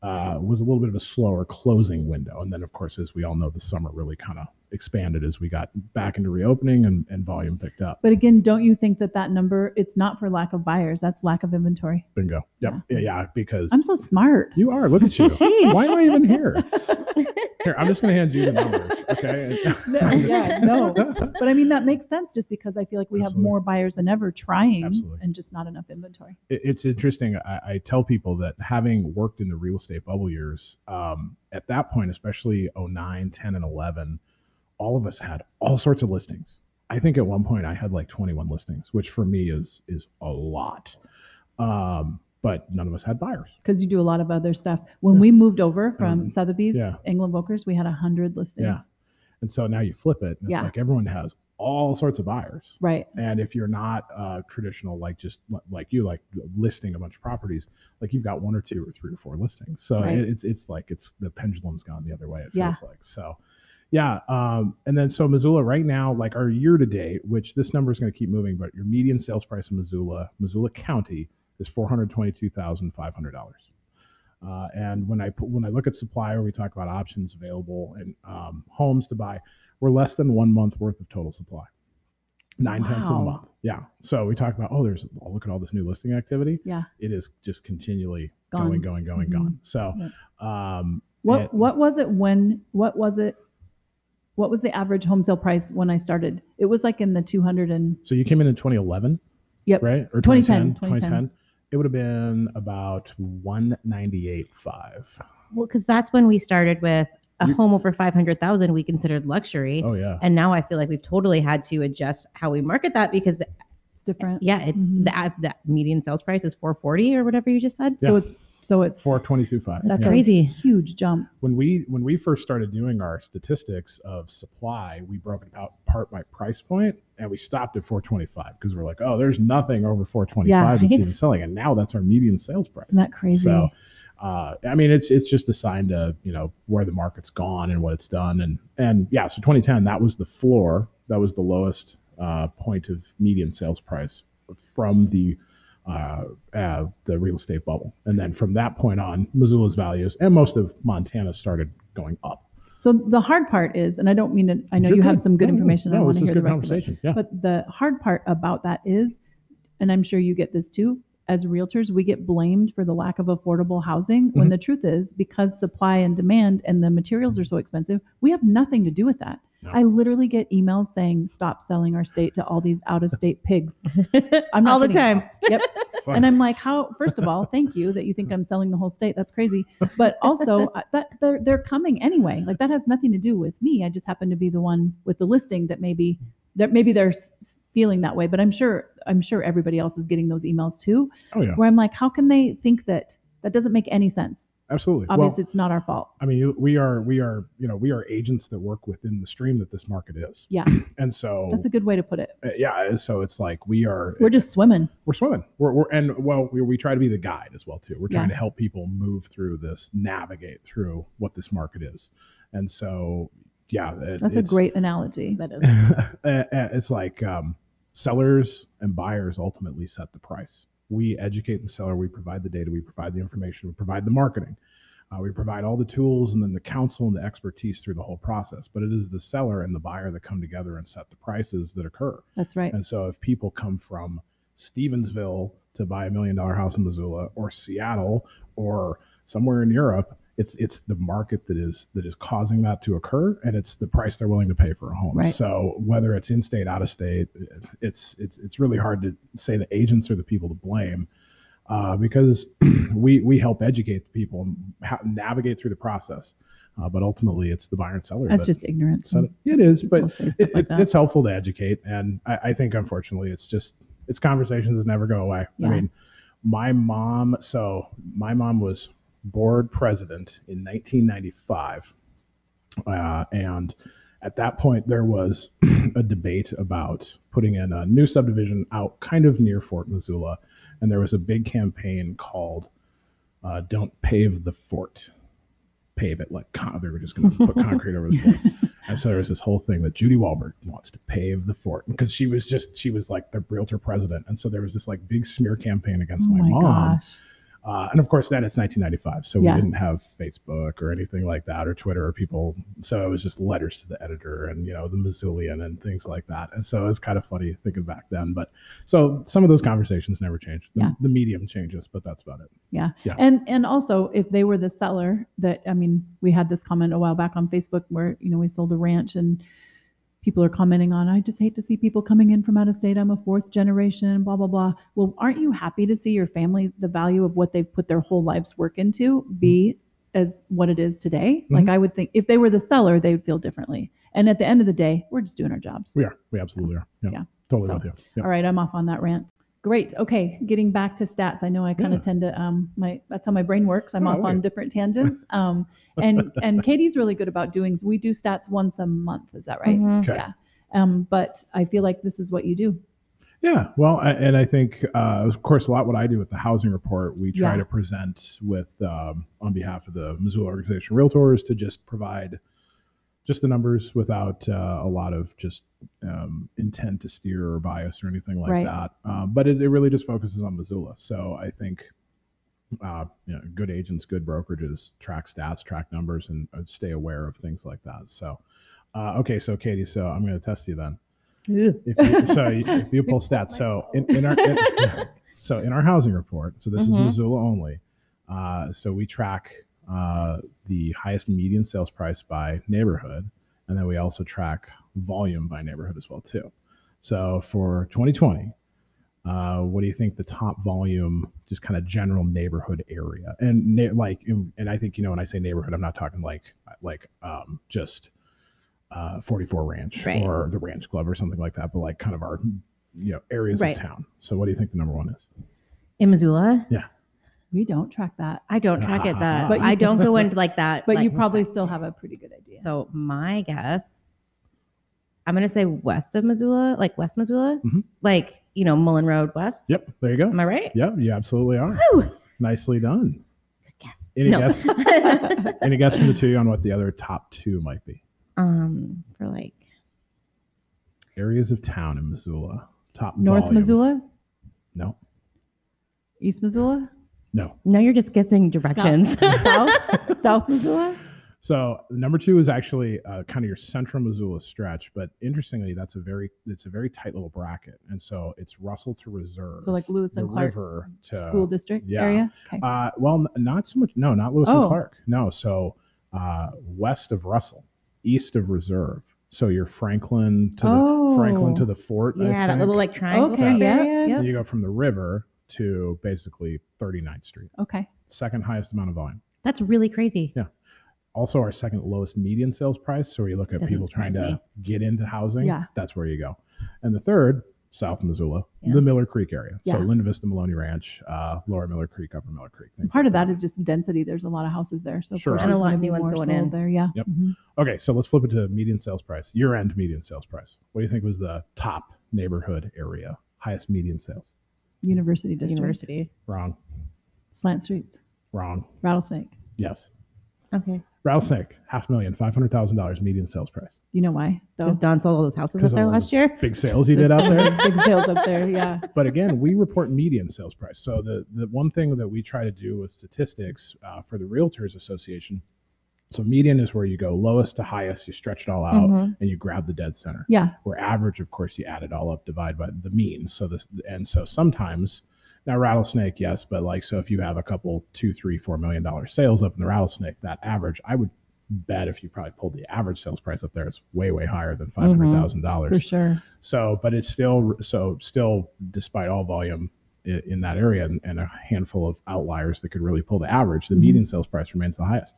[SPEAKER 2] uh, was a little bit of a slower closing window. And then, of course, as we all know, the summer really kind of expanded as we got back into reopening and, and volume picked up.
[SPEAKER 1] But again, don't you think that that number, it's not for lack of buyers, that's lack of inventory.
[SPEAKER 2] Bingo. Yep. Yeah. Yeah. Because
[SPEAKER 1] I'm so smart.
[SPEAKER 2] you are. Look at you.
[SPEAKER 3] Jeez.
[SPEAKER 2] Why am I
[SPEAKER 1] [laughs]
[SPEAKER 2] even here? Here, I'm just going to hand you the numbers. Okay. [laughs]
[SPEAKER 1] No,
[SPEAKER 2] I'm
[SPEAKER 1] [laughs]
[SPEAKER 2] just-
[SPEAKER 1] yeah, no.
[SPEAKER 2] [laughs]
[SPEAKER 1] But I mean, that makes sense just because I feel like we have
[SPEAKER 2] Absolutely.
[SPEAKER 1] more buyers than ever trying
[SPEAKER 2] Absolutely.
[SPEAKER 1] and just not enough inventory.
[SPEAKER 2] it- it's interesting. I, I tell people that having worked in the real estate bubble years, um, at that point, especially 09, 10, and 11, all of us had all sorts of listings. I think at one point I had like 21 listings, which for me is is a lot. Um, but none of us had buyers.
[SPEAKER 1] because you do a lot of other stuff. When we moved over from
[SPEAKER 2] Um,
[SPEAKER 1] Sotheby's,
[SPEAKER 2] yeah.
[SPEAKER 1] England Volkers, we had a hundred listings.
[SPEAKER 2] Yeah. And so now you flip it, and
[SPEAKER 1] Yeah.
[SPEAKER 2] it's like everyone has all sorts of buyers.
[SPEAKER 1] Right.
[SPEAKER 2] And if you're not uh, traditional, like just li- like you, like listing a bunch of properties, like you've got one or two or three or four listings. So
[SPEAKER 1] Right.
[SPEAKER 2] it, it's it's like it's the pendulum's gone the other way. It
[SPEAKER 1] Yeah.
[SPEAKER 2] feels like so. Yeah. Um, and then so Missoula right now, like our year to date, which this number is going to keep moving, but your median sales price in Missoula, Missoula County, is four hundred twenty-two thousand five hundred dollars. Uh, and when I put, when I look at supplier, we talk about options available and um, homes to buy. We're less than one month worth of total supply, nine tenths of a
[SPEAKER 1] Wow.
[SPEAKER 2] month. Yeah. So we talk about oh, there's oh, look at all this new listing activity.
[SPEAKER 1] Yeah.
[SPEAKER 2] It is just continually
[SPEAKER 1] Gone.
[SPEAKER 2] going, going, going,
[SPEAKER 1] Mhm.
[SPEAKER 2] gone. So, um,
[SPEAKER 1] What
[SPEAKER 2] it-
[SPEAKER 1] what was it when what was it what was the average home sale price when I started? It was like in the two hundred and
[SPEAKER 2] so you came in in 2011.
[SPEAKER 1] Yep.
[SPEAKER 2] Right or
[SPEAKER 1] 2010,
[SPEAKER 2] 2010. It would have been about 198.5.
[SPEAKER 3] Well, because that's when we started with a
[SPEAKER 2] You-
[SPEAKER 3] home over 500,000 we considered luxury.
[SPEAKER 2] Oh yeah.
[SPEAKER 3] And now I feel like we've totally had to adjust how we market that because
[SPEAKER 1] it's different.
[SPEAKER 3] yeah, it's
[SPEAKER 1] Mhm.
[SPEAKER 3] the uh, the median sales price is 440 or whatever you just said.
[SPEAKER 1] So it's so it's
[SPEAKER 2] 422.5.
[SPEAKER 1] that's
[SPEAKER 2] yeah.
[SPEAKER 1] a
[SPEAKER 3] Crazy.
[SPEAKER 1] huge jump.
[SPEAKER 2] when we when we first started doing our statistics of supply, we broke it out part by price point, and we stopped at 425 because we're like, oh, there's nothing over 425
[SPEAKER 1] Yeah,
[SPEAKER 2] that's
[SPEAKER 1] right.
[SPEAKER 2] even selling, and now that's our median sales price.
[SPEAKER 1] Isn't that crazy?
[SPEAKER 2] So, uh, I mean, it's it's just a sign to you know where the market's gone and what it's done, and and yeah, so 2010 that was the floor, that was the lowest uh, point of median sales price from the uh, uh, the real estate bubble, and then from that point on, Missoula's values and most of Montana started going up.
[SPEAKER 1] so the hard part is, and I don't mean it I know
[SPEAKER 2] You're
[SPEAKER 1] you have some good
[SPEAKER 2] No, no,
[SPEAKER 1] information. I
[SPEAKER 2] Oh, No,
[SPEAKER 1] want
[SPEAKER 2] this
[SPEAKER 1] to
[SPEAKER 2] is
[SPEAKER 1] hear the
[SPEAKER 2] good
[SPEAKER 1] rest of it.
[SPEAKER 2] conversation. Yeah,
[SPEAKER 1] But the hard part about that is, and I'm sure you get this too, as realtors, we get blamed for the lack of affordable housing when
[SPEAKER 2] Mhm.
[SPEAKER 1] the truth is, because supply and demand and the materials are so expensive, we have nothing to do with that.
[SPEAKER 2] No.
[SPEAKER 1] I literally get emails saying, stop selling our state to all these out of state
[SPEAKER 2] [laughs]
[SPEAKER 1] pigs. I'm not
[SPEAKER 3] All the
[SPEAKER 1] kidding.
[SPEAKER 3] time.
[SPEAKER 1] Yep.
[SPEAKER 2] Fun.
[SPEAKER 1] And I'm like, how? First of all, thank you that you think I'm selling the whole state. That's crazy. But
[SPEAKER 2] [laughs]
[SPEAKER 1] also, uh, that they're they're coming anyway. Like that has nothing to do with me. I just happen to be the one with the listing that maybe that maybe they're s- s- feeling that way, but I'm sure I'm sure everybody else is getting those emails too,
[SPEAKER 2] Oh yeah,
[SPEAKER 1] where I'm like, how can they think that? That doesn't make any sense.
[SPEAKER 2] absolutely. Well,
[SPEAKER 1] Obviously, it's not our fault.
[SPEAKER 2] I mean, you- we are we are you know we are agents that work within the stream that this market is.
[SPEAKER 1] Yeah.
[SPEAKER 2] and so
[SPEAKER 1] That's a good way to put it.
[SPEAKER 2] uh, yeah, and so it's like we are uh,
[SPEAKER 1] We're just swimming.
[SPEAKER 2] we're swimming. We're, we're and well we, we try to be the guide as well too. We're trying
[SPEAKER 1] Yeah.
[SPEAKER 2] to help people move through this, navigate through what this market is, and so yeah, it-
[SPEAKER 1] That's a
[SPEAKER 2] [laughs] it's-
[SPEAKER 1] great analogy.
[SPEAKER 3] That is.
[SPEAKER 2] Uh, uh, it's like um, sellers and buyers ultimately set the price. We educate the seller, we provide the data, we provide the information, we provide the marketing, uh, we provide all the tools and then the counsel and the expertise through the whole process. But it is the seller and the buyer that come together and set the prices that occur.
[SPEAKER 1] That's right.
[SPEAKER 2] And so if people come from Stevensville to buy a million dollar house in Missoula or Seattle or somewhere in Europe, it's it's the market that is that is causing that to occur and it's the price they're willing to pay for a home.
[SPEAKER 1] Right.
[SPEAKER 2] So whether it's in state, out of state, it's it's it's really hard to say the agents are the people to blame. Uh, because [clears throat] we we help educate the people and how, navigate through the process, uh, but ultimately it's the buyer and seller.
[SPEAKER 1] That's
[SPEAKER 2] that
[SPEAKER 1] just ignorance.
[SPEAKER 2] set it. It is, but
[SPEAKER 1] We'll say stuff
[SPEAKER 2] it,
[SPEAKER 1] like
[SPEAKER 2] it's
[SPEAKER 1] that.
[SPEAKER 2] it's helpful to educate and I, I think unfortunately it's just it's conversations that never go away
[SPEAKER 1] Yeah.
[SPEAKER 2] i mean my mom so my mom was board president in 1995 uh, and at that point there was [clears throat] a debate about putting in a new subdivision out kind of near fort missoula and there was a big campaign called uh, don't pave the fort pave it like con- they were just going to
[SPEAKER 1] [laughs]
[SPEAKER 2] put concrete over the fort and so there was this whole thing that Judy Wahlberg wants to pave the fort because she was just she was like the realtor president, and so there was this like big smear campaign
[SPEAKER 1] oh
[SPEAKER 2] against my,
[SPEAKER 1] my
[SPEAKER 2] mom.
[SPEAKER 1] gosh.
[SPEAKER 2] Uh, and of course, then it's 1995, so
[SPEAKER 1] Yeah.
[SPEAKER 2] we didn't have Facebook or anything like that, or Twitter or people. So it was just letters to the editor and you know the Missoulian and things like that. And so it's kind of funny thinking back then. But so some of those conversations never change. The,
[SPEAKER 1] Yeah.
[SPEAKER 2] the medium changes, but that's about it.
[SPEAKER 1] And and also if they were the seller that I mean, we had this comment a while back on Facebook where, you know, we sold a ranch and people are commenting on, I just hate to see people coming in from out of state. I'm a fourth generation, blah, blah, blah. Well, aren't you happy to see your family the value of what they've put their whole life's work into be as what it is today? Like I would think if they were the seller, they would feel differently. And at the end of the day, we're just doing our jobs.
[SPEAKER 2] We are. We absolutely are. Yeah.
[SPEAKER 1] Yeah.
[SPEAKER 2] Totally
[SPEAKER 1] So,
[SPEAKER 2] with you. Yeah.
[SPEAKER 1] All right, I'm off on that rant. Great. Okay, getting back to stats. I know I kind
[SPEAKER 2] Yeah.
[SPEAKER 1] of tend to um my that's how my brain works. I'm
[SPEAKER 2] Oh,
[SPEAKER 1] off on
[SPEAKER 2] okay.
[SPEAKER 1] different
[SPEAKER 2] [laughs]
[SPEAKER 1] tangents. Um and and Katie's really good about doing we do stats once a month, is that right?
[SPEAKER 3] Mhm.
[SPEAKER 2] Okay.
[SPEAKER 1] Yeah. Um but I feel like this is what you do.
[SPEAKER 2] Yeah, well, I- and I think, uh, of course, a lot what I do with the housing report, we try
[SPEAKER 1] Yeah.
[SPEAKER 2] to present with um, on behalf of the Missoula Organization of Realtors to just provide just the numbers without uh, a lot of just um, intent to steer or bias or anything like
[SPEAKER 1] Right.
[SPEAKER 2] that. Uh, but it, it really just focuses on Missoula. So I think uh, you know, good agents, good brokerages track stats, track numbers, and uh, stay aware of things like that. So, uh, okay, so Katie, so I'm going to test you then. If you, so you- if you pull stats, so in, in our in- so in our housing report, so this
[SPEAKER 3] Mhm.
[SPEAKER 2] is Missoula only. Uh, so we track uh, the highest median sales price by neighborhood, and then we also track volume by neighborhood as well too. So for 2020, uh, what do you think the top volume, just kind of general neighborhood area, and na- like, in- and I think you know when I say neighborhood, I'm not talking like like um, just uh, 44 Ranch
[SPEAKER 3] Right.
[SPEAKER 2] or the Ranch Club or something like that, but like kind of our you know areas
[SPEAKER 3] Right.
[SPEAKER 2] of town. So what do you think the number one is?
[SPEAKER 3] In Missoula,
[SPEAKER 1] We don't track that.
[SPEAKER 3] I don't track it
[SPEAKER 2] [laughs]
[SPEAKER 3] that.
[SPEAKER 2] But
[SPEAKER 1] you-
[SPEAKER 3] I
[SPEAKER 1] [laughs]
[SPEAKER 3] don't go into like that.
[SPEAKER 1] But
[SPEAKER 3] like,
[SPEAKER 1] you probably still have a pretty good idea.
[SPEAKER 3] So my guess, I'm gonna say west of Missoula, like West Missoula,
[SPEAKER 2] Mhm.
[SPEAKER 3] like you know Mullen Road West.
[SPEAKER 2] Yep, there you go.
[SPEAKER 3] Am I right?
[SPEAKER 2] Yep, you absolutely are.
[SPEAKER 3] Woo!
[SPEAKER 2] Nicely done.
[SPEAKER 3] Good guess.
[SPEAKER 2] Any
[SPEAKER 3] no.
[SPEAKER 1] guess?
[SPEAKER 2] Any guess from the two on what the other top two might be?
[SPEAKER 3] [laughs] um, for like
[SPEAKER 2] Areas of town in Missoula. Top
[SPEAKER 1] North
[SPEAKER 2] volume.
[SPEAKER 1] Missoula,
[SPEAKER 2] No,
[SPEAKER 1] East Missoula,
[SPEAKER 2] no.
[SPEAKER 3] no, you're just guessing directions. [laughs]
[SPEAKER 1] South,
[SPEAKER 2] [laughs]
[SPEAKER 1] South Missoula.
[SPEAKER 2] So number two is actually uh, kind of your central Missoula stretch, but interestingly, that's a very it's a very tight little bracket, and so it's Russell to Reserve.
[SPEAKER 1] So like Lewis
[SPEAKER 2] the
[SPEAKER 1] and Clark
[SPEAKER 2] river to
[SPEAKER 1] school district
[SPEAKER 2] yeah.
[SPEAKER 1] area. Okay.
[SPEAKER 2] Uh, well, n- not so much. No, not Lewis
[SPEAKER 1] Oh.
[SPEAKER 2] and Clark. No, so uh, west of Russell, east of Reserve. So you're Franklin to the Franklin to
[SPEAKER 1] Oh.
[SPEAKER 2] the fort. I
[SPEAKER 3] yeah, that
[SPEAKER 2] think.
[SPEAKER 3] little like triangle
[SPEAKER 1] Okay,
[SPEAKER 3] type
[SPEAKER 1] yeah,
[SPEAKER 3] area.
[SPEAKER 1] yeah.
[SPEAKER 2] And you go from the river to basically 39th Street,
[SPEAKER 1] okay.
[SPEAKER 2] second highest amount of volume.
[SPEAKER 3] That's really crazy.
[SPEAKER 2] Yeah. Also, our second lowest median sales price. So, you look at
[SPEAKER 3] Doesn't
[SPEAKER 2] people trying
[SPEAKER 3] surprise
[SPEAKER 2] to get into housing.
[SPEAKER 1] Yeah.
[SPEAKER 2] That's where you go. And the third South Missoula,
[SPEAKER 3] Yeah.
[SPEAKER 2] the Miller Creek area. So
[SPEAKER 1] Yeah.
[SPEAKER 2] Linda Vista, Maloney Ranch, uh, Lower Miller Creek, Upper Miller Creek. things
[SPEAKER 1] Part of
[SPEAKER 2] like
[SPEAKER 1] that is just density. There's a lot of houses there, so of
[SPEAKER 2] Sure.
[SPEAKER 1] course
[SPEAKER 2] And a
[SPEAKER 1] there's
[SPEAKER 3] lot of
[SPEAKER 1] gonna be
[SPEAKER 3] new ones
[SPEAKER 1] more
[SPEAKER 3] going
[SPEAKER 1] sold
[SPEAKER 3] in.
[SPEAKER 1] there. Yeah.
[SPEAKER 2] Yep.
[SPEAKER 1] Mhm.
[SPEAKER 2] Okay, so let's flip it to median sales price, year end median sales price. What do you think was the top neighborhood area, highest median sales?
[SPEAKER 1] University district,
[SPEAKER 3] University.
[SPEAKER 2] Wrong,
[SPEAKER 1] slant streets,
[SPEAKER 2] wrong,
[SPEAKER 1] rattlesnake.
[SPEAKER 2] yes.
[SPEAKER 3] Okay.
[SPEAKER 2] Rattlesnake, half million, five hundred thousand dollars median sales price.
[SPEAKER 1] You know why? Though
[SPEAKER 3] Because Don sold all those houses
[SPEAKER 2] 'Cause
[SPEAKER 3] up there
[SPEAKER 2] all
[SPEAKER 3] last year.
[SPEAKER 2] Big sales he did out there.
[SPEAKER 1] [laughs] There's big sales up there. Yeah.
[SPEAKER 2] but again, we report median sales price. So the the one thing that we try to do with statistics uh, for the Realtors Association, so median is where you go lowest to highest, you stretch it all out,
[SPEAKER 3] Mhm.
[SPEAKER 2] [laughs] and you grab the dead center.
[SPEAKER 1] Yeah.
[SPEAKER 2] Where average, of course, you add it all up, divide by the mean. So this and so sometimes now rattlesnake, yes, but like so if you have a couple two, three, four million dollar sales up in the rattlesnake, that average, I would bet if you probably pulled the average sales price up there, it's way way higher than five dollars.
[SPEAKER 1] For sure.
[SPEAKER 2] So, but it's still so still despite all volume i- in that area and, and a handful of outliers that could really pull the average, the
[SPEAKER 1] Mhm.
[SPEAKER 2] median sales price remains the highest.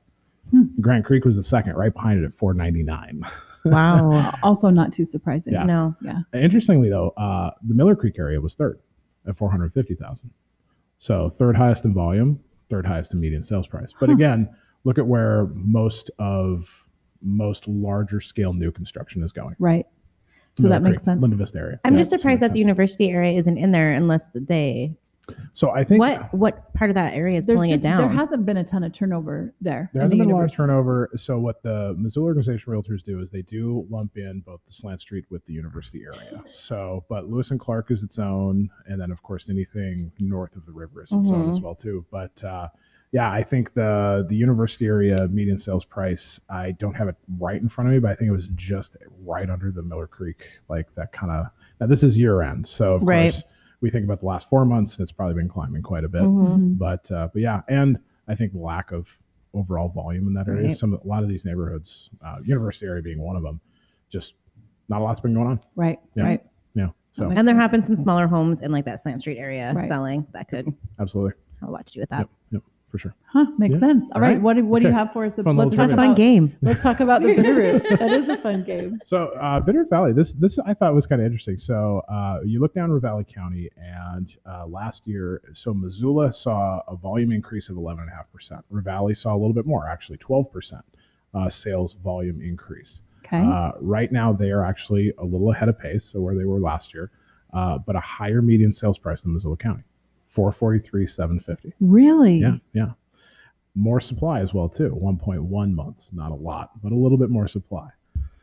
[SPEAKER 1] Hmm.
[SPEAKER 2] Grant Creek was the second, right behind it at 499.
[SPEAKER 3] Wow.
[SPEAKER 1] Also not too surprising.
[SPEAKER 2] Yeah.
[SPEAKER 3] No.
[SPEAKER 2] [laughs] Interestingly though, uh, the Miller Creek area was third at 450,000. So third highest in volume, third highest in median sales price. But
[SPEAKER 1] Huh.
[SPEAKER 2] again, look at where most of most larger scale new construction is going.
[SPEAKER 1] Right. So that makes sense.
[SPEAKER 2] Linda Vista area.
[SPEAKER 3] I'm
[SPEAKER 2] Yeah,
[SPEAKER 3] just
[SPEAKER 2] so it makes
[SPEAKER 3] surprised that the
[SPEAKER 2] sense.
[SPEAKER 3] university area isn't in there unless they.
[SPEAKER 2] So I think
[SPEAKER 3] what what part of that area is
[SPEAKER 1] There's
[SPEAKER 3] pulling
[SPEAKER 1] just
[SPEAKER 3] it down?
[SPEAKER 1] there hasn't been a ton of turnover there.
[SPEAKER 2] There
[SPEAKER 1] in the
[SPEAKER 2] hasn't been a lot of
[SPEAKER 1] universe.
[SPEAKER 2] turnover. So what the Missoula Organization of Realtors do is they do lump in both the slant street with the university area. So, but Lewis and Clark is its own, and then of course anything north of the river is its own
[SPEAKER 1] Mm-hmm.
[SPEAKER 2] as well too. But uh, yeah, I think the the university area median sales price. I don't have it right in front of me, but I think it was just right under the Miller Creek, like that kind of. Now this is year end, so of
[SPEAKER 3] Right.
[SPEAKER 2] course we think about the last four months, and it's probably been climbing quite a bit
[SPEAKER 3] Mhm.
[SPEAKER 1] Mhm.
[SPEAKER 2] but uh, but yeah, and I think lack of overall volume in that area.
[SPEAKER 3] Right.
[SPEAKER 2] Some a lot of these neighborhoods, uh, university area being one of them, just not a lot's been going on.
[SPEAKER 1] Mm-hmm. Right.
[SPEAKER 2] Yeah.
[SPEAKER 1] Right.
[SPEAKER 2] Yeah, so
[SPEAKER 1] makes
[SPEAKER 3] And there
[SPEAKER 1] sense.
[SPEAKER 3] have been some smaller homes in like that slant street area
[SPEAKER 1] Right.
[SPEAKER 3] selling that
[SPEAKER 2] [laughs]
[SPEAKER 3] could
[SPEAKER 2] absolutely
[SPEAKER 3] have a lot to do with that.
[SPEAKER 2] for sure.
[SPEAKER 1] Huh. Makes
[SPEAKER 2] Yeah.
[SPEAKER 1] sense. All
[SPEAKER 2] All
[SPEAKER 1] right.
[SPEAKER 2] right.
[SPEAKER 1] What do, what do you
[SPEAKER 2] Okay.
[SPEAKER 1] have for us?
[SPEAKER 2] Fun
[SPEAKER 1] let's
[SPEAKER 2] little
[SPEAKER 1] talk
[SPEAKER 2] trivia.
[SPEAKER 1] about,
[SPEAKER 2] [laughs]
[SPEAKER 3] game.
[SPEAKER 1] Let's talk about the Bitterroot. [laughs] that is a fun game.
[SPEAKER 2] So [laughs] uh, Bitter Valley, this this I thought was kind of interesting. So uh, you look down Ravalli County, and uh, last year, so Missoula saw a volume increase of eleven and a half percent. Ravalli saw a little bit more, actually twelve percent uh, sales volume increase.
[SPEAKER 1] Okay.
[SPEAKER 2] Uh, right now, they are actually a little ahead of pace, so where they were last year, uh, but a higher median sales price than Missoula County, four forty three seven fifty.
[SPEAKER 1] really?
[SPEAKER 2] Yeah, yeah. More supply as well too, one point one months. Not a lot, but a little bit more supply.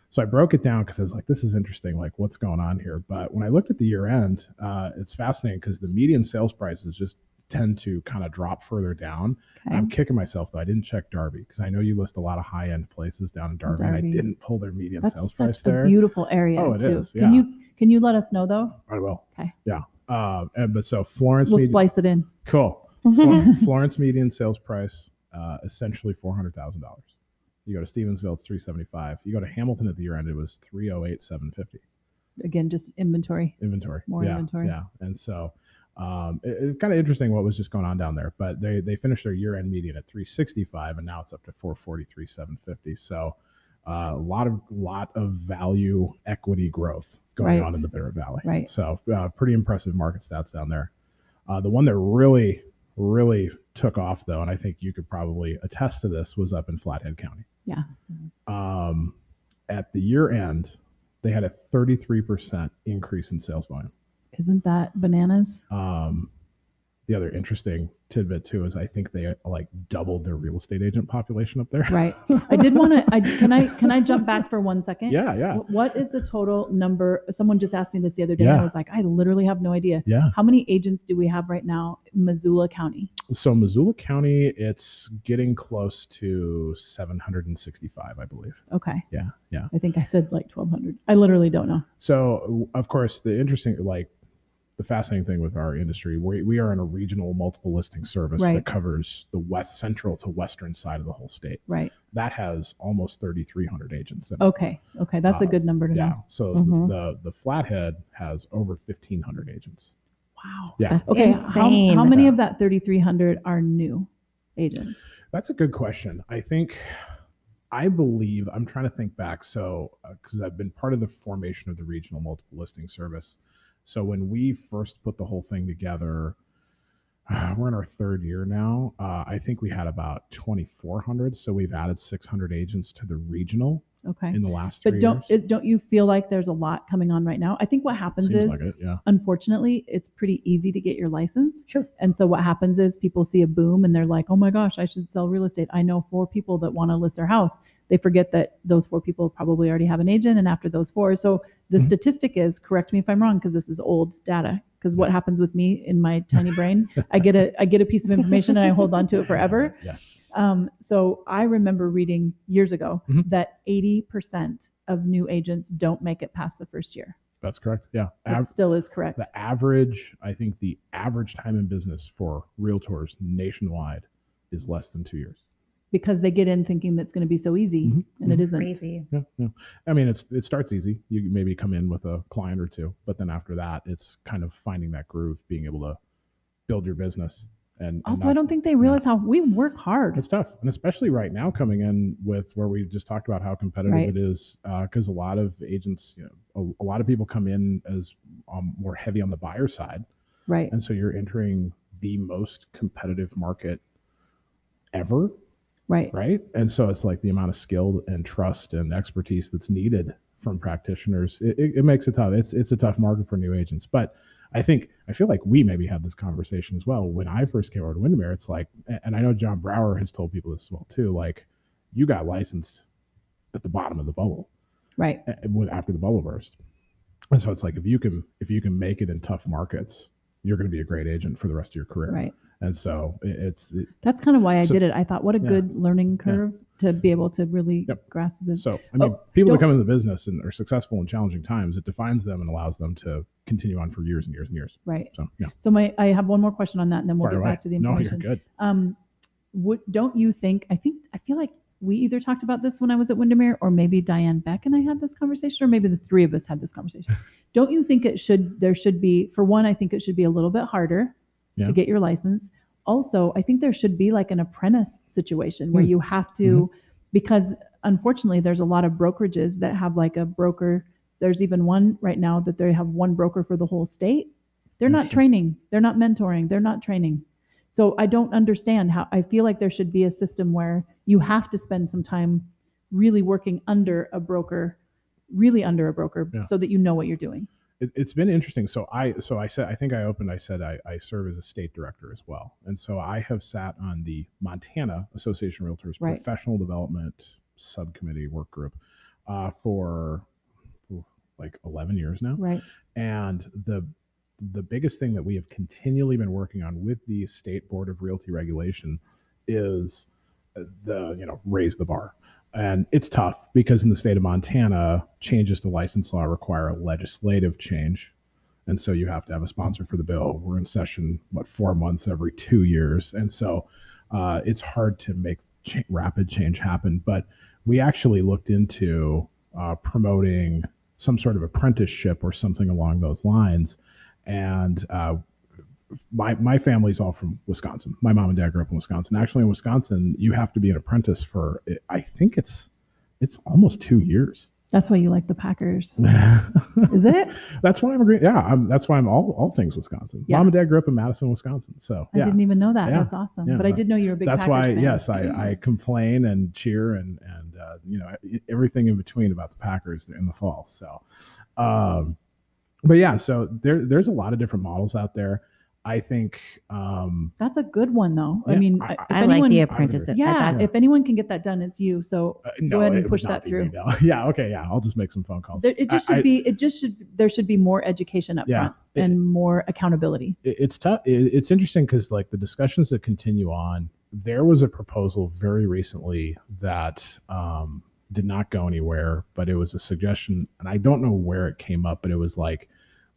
[SPEAKER 2] So I broke it down because I was like, this is interesting. Like, what's going on here? But when I looked at the year end, uh, it's fascinating because the median sales prices just tend to kind of drop further down.
[SPEAKER 1] Okay.
[SPEAKER 2] I'm kicking myself though. I didn't check Darby because I know you list a lot of high end places down in Darby, and I
[SPEAKER 1] Darby.
[SPEAKER 2] didn't pull their median
[SPEAKER 1] That's
[SPEAKER 2] sales
[SPEAKER 1] such
[SPEAKER 2] price
[SPEAKER 1] a
[SPEAKER 2] there.
[SPEAKER 1] beautiful area
[SPEAKER 2] Oh, it
[SPEAKER 1] too.
[SPEAKER 2] is,
[SPEAKER 1] Can
[SPEAKER 2] yeah.
[SPEAKER 1] you can you let us know though?
[SPEAKER 2] I will.
[SPEAKER 1] Okay.
[SPEAKER 2] Yeah. Uh, and, but so Florence.
[SPEAKER 1] We'll
[SPEAKER 2] median-
[SPEAKER 1] splice it in.
[SPEAKER 2] Cool. Flor-
[SPEAKER 1] Mm-hmm.
[SPEAKER 2] [laughs] Florence median sales price uh, essentially four hundred thousand dollars. You go to Stevensville, it's three seventy five. You go to Hamilton at the year end, it was three oh eight seven fifty
[SPEAKER 1] Again, just inventory.
[SPEAKER 2] inventory.
[SPEAKER 1] More
[SPEAKER 2] yeah,
[SPEAKER 1] inventory.
[SPEAKER 2] Yeah. And so um, it, kind of interesting what was just going on down there. But they they finished their year end median at 365, and now it's up to 443, 750. So uh, a lot of lot of value equity growth going
[SPEAKER 1] Right.
[SPEAKER 2] on in the Bitter Valley.
[SPEAKER 1] Right.
[SPEAKER 2] So uh, pretty impressive market stats down there. Uh, the one that really really took off though, and I think you could probably attest to this, was up in Flathead County.
[SPEAKER 1] Yeah.
[SPEAKER 2] Um, at the year end, they had a 33% increase in sales volume.
[SPEAKER 1] Isn't that bananas?
[SPEAKER 2] Um, the other interesting tidbit too is I think they like doubled their real estate agent population up
[SPEAKER 1] [laughs]
[SPEAKER 2] there.
[SPEAKER 1] Right. I did want to. I can I can I jump back for one second?
[SPEAKER 2] Yeah, yeah,
[SPEAKER 1] Wh- What is the total number? Someone just asked me this the other day. And I
[SPEAKER 2] Yeah.
[SPEAKER 1] was like, I literally have no idea.
[SPEAKER 2] yeah.
[SPEAKER 1] How many agents do we have right now, in Missoula County?
[SPEAKER 2] So Missoula County, it's getting close to 765, I believe.
[SPEAKER 1] Okay.
[SPEAKER 2] Yeah, yeah.
[SPEAKER 1] I think I said like 1,200. I literally don't know.
[SPEAKER 2] So of course, the interesting like. The fascinating thing with our industry, we, we are in a regional multiple listing service
[SPEAKER 1] Right.
[SPEAKER 2] that covers the west central to western side of the whole state.
[SPEAKER 1] Right.
[SPEAKER 2] that has almost 3,300 agents. In it.
[SPEAKER 1] Okay. Okay. That's a
[SPEAKER 2] Uh,
[SPEAKER 1] good number to
[SPEAKER 2] Yeah.
[SPEAKER 1] know.
[SPEAKER 2] So
[SPEAKER 1] Mm-hmm.
[SPEAKER 3] Mhm.
[SPEAKER 2] the the Flathead has over 1,500 agents.
[SPEAKER 1] Wow.
[SPEAKER 2] Yeah.
[SPEAKER 3] That's
[SPEAKER 1] Okay. How,
[SPEAKER 3] insane.
[SPEAKER 1] how many
[SPEAKER 2] Yeah.
[SPEAKER 1] of that 3,300 are new agents?
[SPEAKER 2] That's a good question. I think, I believe, I'm uh, trying to think back. So, because I've been part of the formation of the regional multiple listing service. So when we first put the whole thing together, uh, we're in our third year now. Uh, I think we had about 2,400. So we've added 600 agents to the regional
[SPEAKER 1] Okay.
[SPEAKER 2] in the last three
[SPEAKER 1] But don't
[SPEAKER 2] years.
[SPEAKER 1] it, don't you feel like there's a lot coming on right now? I think what happens
[SPEAKER 2] Seems
[SPEAKER 1] is
[SPEAKER 2] like it, yeah.
[SPEAKER 1] unfortunately, it's pretty easy to get your license.
[SPEAKER 3] Sure.
[SPEAKER 1] And so what happens is people see a boom and they're like, oh my gosh, I should sell real estate. I know four people that want to list their house. They forget that those four people probably already have an agent. And after those four, so the
[SPEAKER 2] Mhm.
[SPEAKER 1] statistic is correct me if I'm wrong, because this is old data. Because what happens with me in my tiny brain, I get a I get a piece of information and I hold on to it forever.
[SPEAKER 2] Yes.
[SPEAKER 1] Um, so I remember reading years ago
[SPEAKER 2] Mhm.
[SPEAKER 1] that 80% of new agents don't make it past the first year.
[SPEAKER 2] That's correct. Yeah.
[SPEAKER 1] That
[SPEAKER 2] Av-
[SPEAKER 1] still is correct.
[SPEAKER 2] the average, I think the average time in business for realtors nationwide is less than two years.
[SPEAKER 1] because they get in thinking that's going to be so easy
[SPEAKER 2] Mhm.
[SPEAKER 1] and it isn't.
[SPEAKER 3] Crazy.
[SPEAKER 2] Yeah, yeah. I mean, it's it starts easy. You maybe come in with a client or two, but then after that, it's kind of finding that groove, being able to build your business. And and
[SPEAKER 1] Also,
[SPEAKER 2] not-
[SPEAKER 1] I don't think they realize how we work hard.
[SPEAKER 2] It's tough, and especially right now, coming in with where we just talked about how competitive
[SPEAKER 1] Right.
[SPEAKER 2] it is, because a lot of agents, you know, a, a lot of people come in as um, more heavy on the buyer side,
[SPEAKER 1] right.
[SPEAKER 2] and so you're entering the most competitive market ever,
[SPEAKER 1] Right.
[SPEAKER 2] right? And so it's like the amount of skill and trust and expertise that's needed from practitioners. It, it, it makes it tough. It's it's a tough market for new agents, but I think I feel like we maybe had this conversation as well when I first came over to Windermere. It's like, a- and I know John Brower has told people this as well too. Like, you got licensed at the bottom of the bubble
[SPEAKER 1] Right.
[SPEAKER 2] a- with- after the bubble burst, and so it's like if you can if you can make it in tough markets, you're going to be a great agent for the rest of your career.
[SPEAKER 1] Right.
[SPEAKER 2] And so it, it's it-
[SPEAKER 1] That's kind of why I
[SPEAKER 2] So-
[SPEAKER 1] did it. I thought, what a
[SPEAKER 2] Yeah.
[SPEAKER 1] good learning curve to be able to really
[SPEAKER 2] Yep.
[SPEAKER 1] grasp this.
[SPEAKER 2] So, I mean,
[SPEAKER 1] Oh,
[SPEAKER 2] people
[SPEAKER 1] don't-
[SPEAKER 2] that come into the business and are successful in challenging times, it defines them and allows them to continue on for years and years and years.
[SPEAKER 1] right.
[SPEAKER 2] So, yeah,
[SPEAKER 1] So my, I have one more question on that, and then we'll
[SPEAKER 2] fire
[SPEAKER 1] get
[SPEAKER 2] away.
[SPEAKER 1] back to the
[SPEAKER 2] no,
[SPEAKER 1] information.
[SPEAKER 2] you're good.
[SPEAKER 1] Um, would don't you think? I think I feel like we either talked about this when I was at Windermere, or maybe Diane Beck and I had this conversation, or maybe the three of us had this
[SPEAKER 2] [laughs]
[SPEAKER 1] conversation. don't you think it should? There should be, for one, I think it should be a little bit harder
[SPEAKER 2] Yeah.
[SPEAKER 1] to get your license. Also, I think there should be like an apprentice situation where
[SPEAKER 2] Hmm.
[SPEAKER 1] you have to, because unfortunately, there's a lot of brokerages that have like a broker. There's even one right now that they have one broker for the whole state. They're not
[SPEAKER 2] Interesting.
[SPEAKER 1] training. They're not mentoring. They're not training. So I don't understand how I feel like there should be a system where you have to spend some time really working under a broker, really under a broker,
[SPEAKER 2] Yeah.
[SPEAKER 1] so that you know what you're doing.
[SPEAKER 2] It, it's been interesting. So I, so I said, I think I opened. I said I, I serve as a state director as well, and so I have sat on the Montana Association of Realtors
[SPEAKER 1] Right.
[SPEAKER 2] Professional Development Subcommittee Work Group uh, for ooh, like 11 years now.
[SPEAKER 1] Right.
[SPEAKER 2] And the the biggest thing that we have continually been working on with the state board of realty regulation is uh, the you know raise the bar. And it's tough because in the state of Montana, changes to license law require a legislative change. And so you have to have a sponsor for the bill. We're in session, what, four months every two years. And so uh, it's hard to make ch- rapid change happen. But we actually looked into uh, promoting some sort of apprenticeship or something along those lines. And uh, my my family's all from Wisconsin. My mom and dad grew up in Wisconsin. Actually, in Wisconsin, you have to be an apprentice for I think it's it's almost
[SPEAKER 1] [laughs]
[SPEAKER 2] two years.
[SPEAKER 1] That's why you like the Packers. Is it?
[SPEAKER 2] that's why I'm agreeing. Yeah, I'm, that's why I'm all all things Wisconsin.
[SPEAKER 1] Yeah.
[SPEAKER 2] Mom and dad grew up in Madison, Wisconsin. So
[SPEAKER 1] I
[SPEAKER 2] yeah,
[SPEAKER 1] didn't even know that.
[SPEAKER 2] Yeah.
[SPEAKER 1] That's awesome.
[SPEAKER 2] Yeah.
[SPEAKER 1] But I did know you were a big
[SPEAKER 2] that's
[SPEAKER 1] Packers
[SPEAKER 2] why
[SPEAKER 1] fan. Mm-hmm.
[SPEAKER 2] yes I, I complain and cheer and and uh, you know e- everything in between about the packers in the fall so um but yeah so there there's a lot of different models out there i think um
[SPEAKER 1] That's a good one though. I
[SPEAKER 2] Yeah,
[SPEAKER 1] mean,
[SPEAKER 2] I-
[SPEAKER 1] if
[SPEAKER 3] I like the
[SPEAKER 1] anyone-
[SPEAKER 2] apprentice.
[SPEAKER 3] apprentice.
[SPEAKER 2] I
[SPEAKER 1] Yeah,
[SPEAKER 2] thought-
[SPEAKER 1] if anyone can get that done, it's you. So
[SPEAKER 2] uh, no,
[SPEAKER 1] ahead and
[SPEAKER 2] it would
[SPEAKER 1] push
[SPEAKER 2] not
[SPEAKER 1] that
[SPEAKER 2] be me,
[SPEAKER 1] through.
[SPEAKER 2] no. [laughs] yeah okay yeah i'll just make some phone calls
[SPEAKER 1] there, it just
[SPEAKER 2] I-
[SPEAKER 1] should
[SPEAKER 2] I-
[SPEAKER 1] be. It just should. There should be more education up
[SPEAKER 2] Yeah,
[SPEAKER 1] front
[SPEAKER 2] it-
[SPEAKER 1] and more accountability.
[SPEAKER 2] it- it's tough. It, it's interesting because like the discussions that continue on, there was a proposal very recently that um, did not go anywhere, but it was a suggestion, and I don't know where it came up, but it was like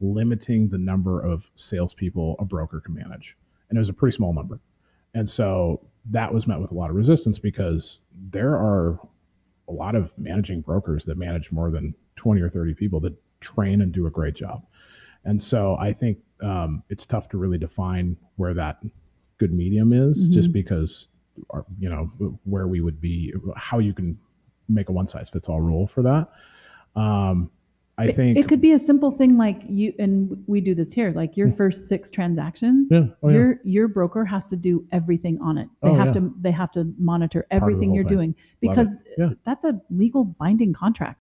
[SPEAKER 2] limiting the number of salespeople a broker can manage, and it was a pretty small number, and so that was met with a lot of resistance because there are a lot of managing brokers that manage more than 20 or 30 people that train and do a great job. And so I think um, it's tough to really define where that good medium is, just because, our, you know, where we would be, how you can make a one size fits all rule for that. Um, I
[SPEAKER 1] It-
[SPEAKER 2] think
[SPEAKER 1] it could be a simple thing like you and we do this here. Like
[SPEAKER 2] Mm.
[SPEAKER 1] your first six transactions,
[SPEAKER 2] yeah, oh, yeah.
[SPEAKER 1] your your broker has to do everything on it. They
[SPEAKER 2] Oh,
[SPEAKER 1] have
[SPEAKER 2] yeah.
[SPEAKER 1] to they have to monitor
[SPEAKER 2] the
[SPEAKER 1] everything
[SPEAKER 2] whole
[SPEAKER 1] you're
[SPEAKER 2] thing.
[SPEAKER 1] doing because
[SPEAKER 2] Yeah.
[SPEAKER 1] that's a legal binding contract.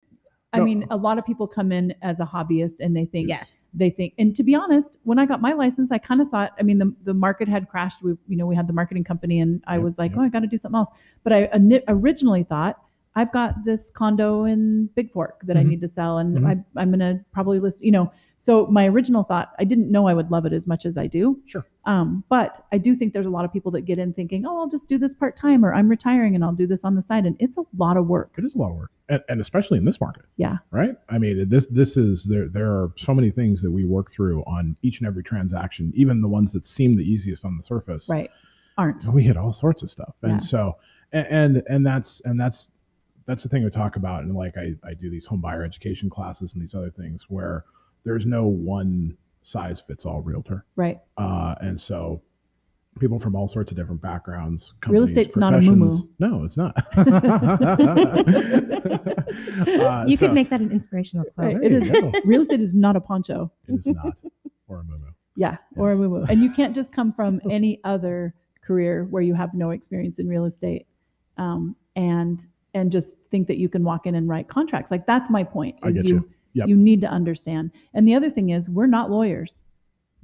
[SPEAKER 1] I
[SPEAKER 2] No.
[SPEAKER 1] mean, a lot of people come in as a hobbyist and they think
[SPEAKER 3] Yes.
[SPEAKER 1] they think and to be honest when i got my license i kind of thought i mean the, the market had crashed we you know we had the marketing company and i
[SPEAKER 2] Yep,
[SPEAKER 1] was like
[SPEAKER 2] yep.
[SPEAKER 1] oh i got to do something else but i ini- originally thought i've got this condo in big fork that
[SPEAKER 2] Mhm.
[SPEAKER 1] i need to sell and
[SPEAKER 2] Mhm.
[SPEAKER 1] I, i'm going to probably list you know so my original thought i didn't know i would love it as much as i do
[SPEAKER 2] Sure.
[SPEAKER 1] um, but i do think there's a lot of people that get in thinking oh i'll just do this part-time or i'm retiring and i'll do this on the side and it's a lot of work
[SPEAKER 2] it is a lot of work, and, and especially in this market.
[SPEAKER 1] Yeah.
[SPEAKER 2] Right. I mean, this this is there. There are so many things that we work through on each and every transaction, even the ones that seem the easiest on the surface.
[SPEAKER 1] right aren't
[SPEAKER 2] we hit all sorts of stuff and
[SPEAKER 1] Yeah.
[SPEAKER 2] so a- and and that's and that's that's the thing we talk about and like I, I do these home buyer education classes and these other things where there's no one size fits all realtor
[SPEAKER 1] right
[SPEAKER 2] uh, and so people from all sorts of different backgrounds
[SPEAKER 1] Real
[SPEAKER 2] companies,
[SPEAKER 1] estate's not a moo-moo.
[SPEAKER 2] professions- no it's
[SPEAKER 1] [laughs]
[SPEAKER 2] not [laughs] Uh,
[SPEAKER 3] you
[SPEAKER 2] so- Oh,
[SPEAKER 3] could make that an inspirational quote.
[SPEAKER 1] Right.
[SPEAKER 2] there
[SPEAKER 1] it
[SPEAKER 2] you
[SPEAKER 1] is-
[SPEAKER 2] go.
[SPEAKER 1] real estate is not a poncho
[SPEAKER 2] it is not or a moo
[SPEAKER 1] Yeah, [laughs] or a
[SPEAKER 2] Yes.
[SPEAKER 1] woo-woo. And you can't just come from [laughs] any other career where you have no experience in real estate um, and and just think that you can walk in and write contracts. Like that's my point.
[SPEAKER 2] I
[SPEAKER 1] Is
[SPEAKER 2] get
[SPEAKER 1] you
[SPEAKER 2] you. Yep.
[SPEAKER 1] you need to understand. And the other thing is we're not lawyers.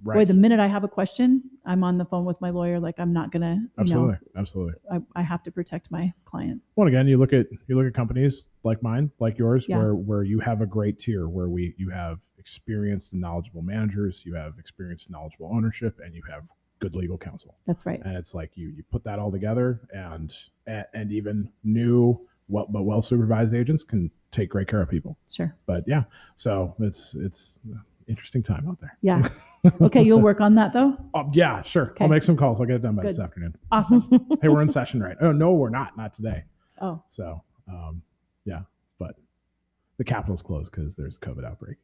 [SPEAKER 2] right
[SPEAKER 1] Boy, the minute I have a question, I'm on the phone with my lawyer. Like I'm not gonna you
[SPEAKER 2] absolutely absolutely
[SPEAKER 1] know, I, I have to protect my clients.
[SPEAKER 2] well again you look at you look at companies like mine like yours
[SPEAKER 1] Yeah.
[SPEAKER 2] where where you have a great tier where we you have experienced and knowledgeable managers you have experienced and knowledgeable ownership and you have good legal counsel
[SPEAKER 1] That's right.
[SPEAKER 2] and it's like you you put that all together and a- and even new well but well supervised agents can take great care of people
[SPEAKER 1] Sure.
[SPEAKER 2] but yeah so it's it's an interesting time out there [laughs]
[SPEAKER 1] Yeah. Okay, you'll work on that though.
[SPEAKER 2] oh, yeah sure
[SPEAKER 1] Okay.
[SPEAKER 2] i'll make some calls i'll get it done by this
[SPEAKER 1] Good.
[SPEAKER 2] afternoon [laughs]
[SPEAKER 1] Awesome.
[SPEAKER 2] hey we're in session right oh no we're not not today
[SPEAKER 1] Oh,
[SPEAKER 2] so, um, yeah, but the Capitol's closed because there's a COVID outbreak.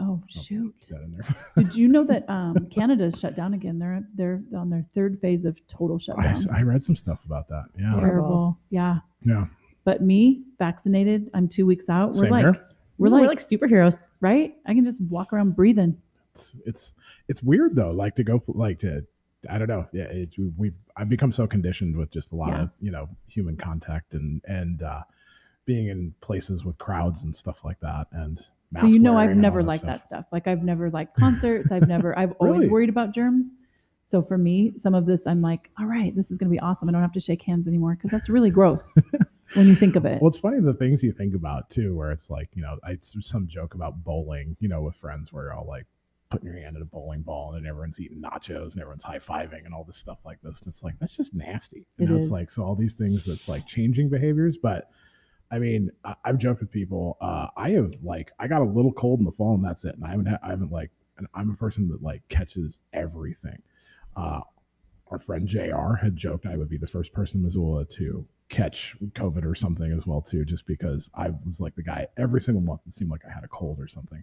[SPEAKER 1] oh
[SPEAKER 2] Oh,
[SPEAKER 1] shoot.
[SPEAKER 2] Put that in there. [laughs]
[SPEAKER 1] Did you know that um, Canada's shut down again? They're they're on their third phase of total
[SPEAKER 2] I,
[SPEAKER 1] shutdown.
[SPEAKER 2] s- I read some stuff about that. Yeah.
[SPEAKER 1] terrible. Yeah,
[SPEAKER 2] Yeah.
[SPEAKER 1] but me vaccinated. I'm two weeks out. We're
[SPEAKER 2] Same
[SPEAKER 1] like
[SPEAKER 2] here.
[SPEAKER 1] we're like,
[SPEAKER 3] superheroes.
[SPEAKER 1] right. I can just walk around breathing.
[SPEAKER 2] It's, it's it's weird though. Like to go like to I don't know. Yeah, it's we've I've become so conditioned with just a lot
[SPEAKER 1] Yeah.
[SPEAKER 2] of you know human contact and and uh, being in places with crowds and stuff like that. And
[SPEAKER 1] so
[SPEAKER 2] mask
[SPEAKER 1] you know I've
[SPEAKER 2] wearing and all
[SPEAKER 1] never liked that stuff. Like I've never liked concerts. I've never. I've always
[SPEAKER 2] [laughs] Really?
[SPEAKER 1] worried about germs. So for me, some of this I'm like, all right, this is going to be awesome. I don't have to shake hands anymore because that's really
[SPEAKER 2] [laughs]
[SPEAKER 1] gross when you think of it.
[SPEAKER 2] Well, it's funny the things you think about too, where it's like, you know, I there's some joke about bowling, you know, with friends where you're all like putting your hand in a bowling ball and everyone's eating nachos and everyone's high fiving and all this stuff like this. And it's like, that's just nasty. You
[SPEAKER 1] It
[SPEAKER 2] know,
[SPEAKER 1] is.
[SPEAKER 2] it's like, so all these things that's like changing behaviors. But I mean, I, I've joked with people. Uh, I have like, I got a little cold in the fall and that's it. And I haven't, ha- I haven't like, and I'm a person that like catches everything. Uh, our friend JR had joked I would be the first person in Missoula to catch COVID or something as well too, just because I was like the guy every single month it seemed like I had a cold or something.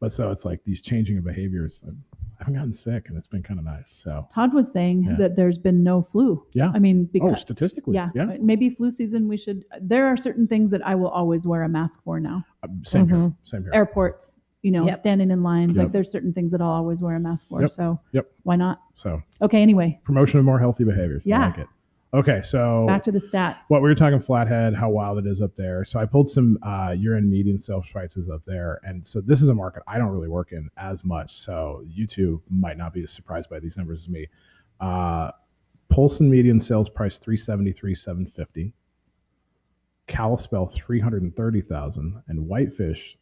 [SPEAKER 2] But so it's like these changing of behaviors. I'm, I haven't gotten sick and it's been kind of nice. So
[SPEAKER 1] Todd was saying
[SPEAKER 2] Yeah.
[SPEAKER 1] that there's been no flu.
[SPEAKER 2] Yeah.
[SPEAKER 1] I mean, because
[SPEAKER 2] oh, statistically,
[SPEAKER 1] Yeah,
[SPEAKER 2] yeah,
[SPEAKER 1] uh, maybe flu season. We should. There are certain things that I will always wear a mask for now.
[SPEAKER 2] Um, same here,
[SPEAKER 1] Mm-hmm.
[SPEAKER 3] Mhm.
[SPEAKER 2] same here.
[SPEAKER 1] Airports, you know,
[SPEAKER 3] Yep.
[SPEAKER 1] standing in lines. Like
[SPEAKER 2] Yep.
[SPEAKER 1] there's certain things that I'll always wear a mask for.
[SPEAKER 2] Yep.
[SPEAKER 1] So
[SPEAKER 2] Yep.
[SPEAKER 1] why not?
[SPEAKER 2] So
[SPEAKER 1] Okay. Anyway,
[SPEAKER 2] promotion of more healthy behaviors. I
[SPEAKER 1] Yeah.
[SPEAKER 2] like it. Okay, so
[SPEAKER 1] back to the stats.
[SPEAKER 2] Oh. Well, we were talking flathead, how wild it is up there. So I pulled some uh, urine median sales prices up there, and so this is a market I don't really work in as much. So you two might not be as surprised by these numbers as me. Uh, Polson median sales price three seventy three seven fifty. Kalispell three hundred and thirty thousand, and Whitefish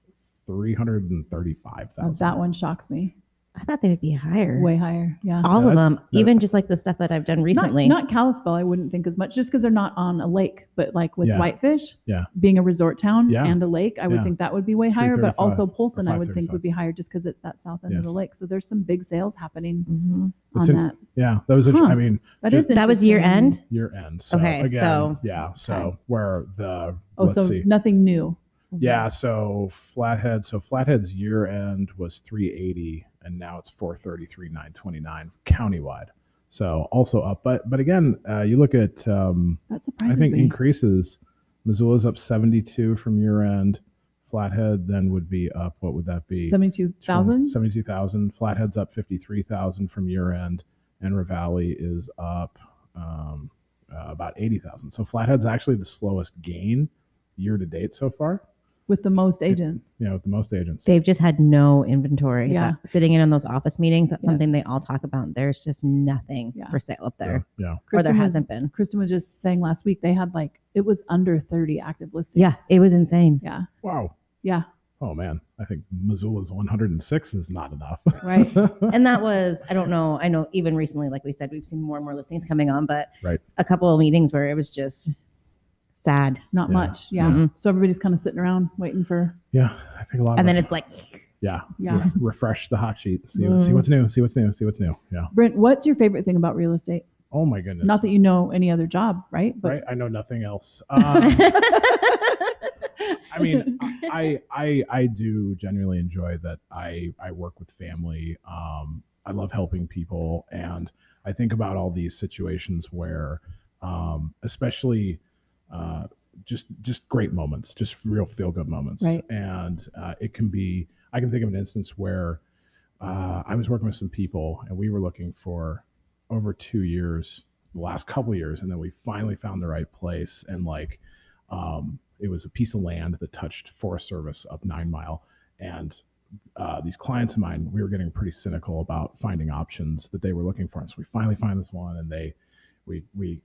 [SPEAKER 2] three hundred and thirty five
[SPEAKER 1] Oh,
[SPEAKER 2] thousand.
[SPEAKER 1] that one shocks me.
[SPEAKER 3] I thought they would be higher.
[SPEAKER 1] Way higher. Yeah.
[SPEAKER 3] All
[SPEAKER 2] Yeah,
[SPEAKER 3] of them,
[SPEAKER 2] that-
[SPEAKER 3] even just like the stuff that I've done Um, recently.
[SPEAKER 1] Not, not Kalispell, I wouldn't think as much just because they're not on a lake, but like with
[SPEAKER 2] Yeah.
[SPEAKER 1] Whitefish
[SPEAKER 2] Yeah.
[SPEAKER 1] being a resort town
[SPEAKER 2] Yeah.
[SPEAKER 1] and a lake, I would
[SPEAKER 2] Yeah.
[SPEAKER 1] think that would be way higher. But
[SPEAKER 2] 335
[SPEAKER 1] also
[SPEAKER 2] or
[SPEAKER 1] Polson, I would think
[SPEAKER 2] 535.
[SPEAKER 1] would be higher just because it's that south end
[SPEAKER 2] Yeah.
[SPEAKER 1] of the lake. So there's some big sales happening
[SPEAKER 3] Mhm.
[SPEAKER 2] It's
[SPEAKER 1] on
[SPEAKER 2] in-
[SPEAKER 1] that.
[SPEAKER 2] yeah, those are.
[SPEAKER 1] Huh.
[SPEAKER 2] I mean,
[SPEAKER 1] That
[SPEAKER 2] ju-
[SPEAKER 1] is
[SPEAKER 3] That was
[SPEAKER 1] interesting.
[SPEAKER 3] year end.
[SPEAKER 2] year end. So
[SPEAKER 3] Okay,
[SPEAKER 2] again,
[SPEAKER 3] so-
[SPEAKER 2] yeah, so
[SPEAKER 3] okay.
[SPEAKER 2] where the
[SPEAKER 1] Oh,
[SPEAKER 2] let's
[SPEAKER 1] so
[SPEAKER 2] see.
[SPEAKER 1] nothing new.
[SPEAKER 2] Mm-hmm. Yeah, so Flathead, so Flathead's year end was 380 and now it's 433 929 countywide. So also up, but but again, uh, you look at um,
[SPEAKER 1] That
[SPEAKER 2] I
[SPEAKER 1] surprises
[SPEAKER 2] think
[SPEAKER 1] me.
[SPEAKER 2] increases. Missoula's up 72 from year end. Flathead then would be up. What would that be?
[SPEAKER 1] 72,000?
[SPEAKER 2] 72,000. Flathead's up 53,000 from year end, and Ravalli is up um, uh, about 80,000. So Flathead's actually the slowest gain year to date so far,
[SPEAKER 1] with the most agents.
[SPEAKER 2] you know, with the most agents.
[SPEAKER 3] They've just had no inventory.
[SPEAKER 1] Yeah.
[SPEAKER 3] That- sitting in on those office meetings, that's
[SPEAKER 1] Yeah.
[SPEAKER 3] something they all talk about. There's just nothing
[SPEAKER 1] Yeah.
[SPEAKER 3] for sale up
[SPEAKER 2] yeah,
[SPEAKER 3] there,
[SPEAKER 2] yeah.
[SPEAKER 3] or there
[SPEAKER 1] Kristen was-
[SPEAKER 3] hasn't been.
[SPEAKER 1] Kristen was just saying last week they had like it was under 30 active listings.
[SPEAKER 3] Yeah, it was insane.
[SPEAKER 1] Yeah.
[SPEAKER 2] Wow.
[SPEAKER 1] Yeah.
[SPEAKER 2] Oh, man. I think Missoula's 106 is not enough. [laughs]
[SPEAKER 1] Right.
[SPEAKER 3] And that was, I don't know, I know even recently, like we said, we've seen more and more listings coming on, but
[SPEAKER 2] Right.
[SPEAKER 3] a couple of meetings where it was just sad.
[SPEAKER 1] Not
[SPEAKER 2] Yeah.
[SPEAKER 1] much. Yeah.
[SPEAKER 3] Mhm.
[SPEAKER 1] So everybody's kind of sitting around waiting for,
[SPEAKER 2] yeah. I think a lot
[SPEAKER 3] And
[SPEAKER 2] of
[SPEAKER 3] then
[SPEAKER 2] us-
[SPEAKER 3] it's like,
[SPEAKER 2] yeah.
[SPEAKER 1] yeah.
[SPEAKER 2] Re- refresh the hot sheet. See, see
[SPEAKER 3] Mm.
[SPEAKER 2] what's new. See what's new. See what's new. Yeah.
[SPEAKER 1] Brent, what's your favorite thing about real estate?
[SPEAKER 2] Oh my goodness.
[SPEAKER 1] Not that you know any other job, right? But
[SPEAKER 2] right. I know nothing
[SPEAKER 3] [laughs]
[SPEAKER 2] else. Um, I mean, I, I I do genuinely enjoy that. I I work with family. Um, I love helping people, and I think about all these situations where, um, especially, uh, just just great moments, just real feel good moments,
[SPEAKER 1] Right.
[SPEAKER 2] and uh, it can be. I can think of an instance where uh, I was working with some people, and we were looking for over two years, the last couple years, and then we finally found the right place, and like um, it was a piece of land that touched Forest Service up Nine Mile, and uh, these clients of mine, we were getting pretty cynical about finding options that they were looking for. And so we finally find this one, and they, we we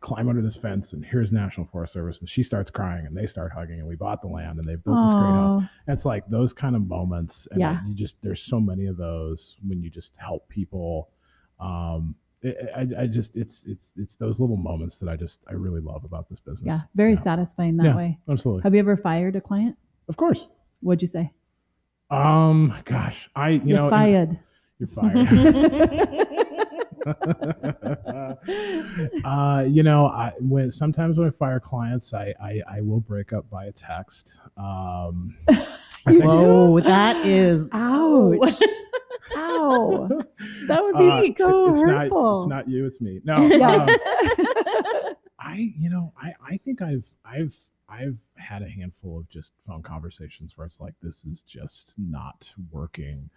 [SPEAKER 2] climb under this fence, and here's National Forest Service, and she starts crying, and they start hugging, and we bought the land, and they built this great house.
[SPEAKER 1] Aw,
[SPEAKER 2] And It's like those kind of moments, and
[SPEAKER 1] Yeah.
[SPEAKER 2] you just there's so many of those when you just help people. Um, I, I- I just it's it's it's those little moments that I just I really love about this business.
[SPEAKER 1] yeah. Very
[SPEAKER 2] Yeah.
[SPEAKER 1] satisfying that
[SPEAKER 2] Yeah.
[SPEAKER 1] way.
[SPEAKER 2] Absolutely.
[SPEAKER 1] Have you ever fired a client?
[SPEAKER 2] of course.
[SPEAKER 1] What'd you say?
[SPEAKER 2] Um, gosh, I you
[SPEAKER 1] You are
[SPEAKER 2] know [laughs]
[SPEAKER 1] fired.
[SPEAKER 2] you're fired. [laughs] uh, you know, I when sometimes when I fire clients, I I, I will break up by a text. Um, I
[SPEAKER 1] [laughs] You
[SPEAKER 2] think-
[SPEAKER 1] do?
[SPEAKER 3] Whoa, that is
[SPEAKER 1] [laughs] Ouch. [laughs] Ow. That would
[SPEAKER 2] Uh,
[SPEAKER 1] be
[SPEAKER 2] it-
[SPEAKER 1] so
[SPEAKER 2] it's not
[SPEAKER 1] hurtful.
[SPEAKER 2] it's not you, it's me. No,
[SPEAKER 1] [laughs] Yeah.
[SPEAKER 2] um, I you know I I think I've I've I've had a handful of just phone conversations where it's like this is just not working.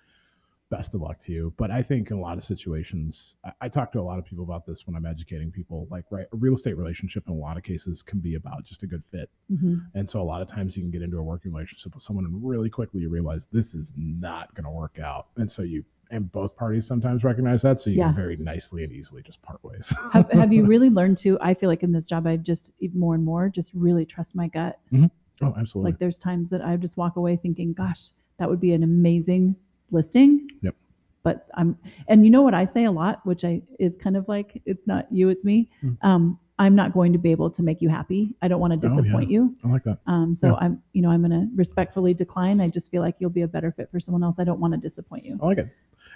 [SPEAKER 2] Best of luck to you. But I think in a lot of situations, I, I talk to a lot of people about this when I'm educating people. Like, right, a real estate relationship in a lot of cases can be about just a good fit.
[SPEAKER 1] Mhm.
[SPEAKER 2] And so a lot of times you can get into a working relationship with someone and really quickly you realize this is not going to work out. And so you and both parties sometimes recognize that, so you
[SPEAKER 1] Yeah.
[SPEAKER 2] can very nicely and easily just part ways.
[SPEAKER 1] have, have you really learned to? I feel like in this job, I've just even more and more just really trust my gut.
[SPEAKER 2] [laughs] oh, absolutely.
[SPEAKER 1] Like there's times that I just walk away thinking, gosh, that would be an amazing listing.
[SPEAKER 2] Yep.
[SPEAKER 1] But I'm, and you know what I say a lot, which I is kind of like, it's not you, it's me.
[SPEAKER 2] Mm.
[SPEAKER 1] Um, I'm not going to be able to make you happy. I don't want to
[SPEAKER 2] Oh, yeah.
[SPEAKER 1] disappoint you.
[SPEAKER 2] I like that.
[SPEAKER 1] Um, so
[SPEAKER 2] Yeah.
[SPEAKER 1] I'm, you know, I'm going to respectfully decline. I just feel like you'll be a better fit for someone else. I don't want to disappoint you.
[SPEAKER 2] I like it.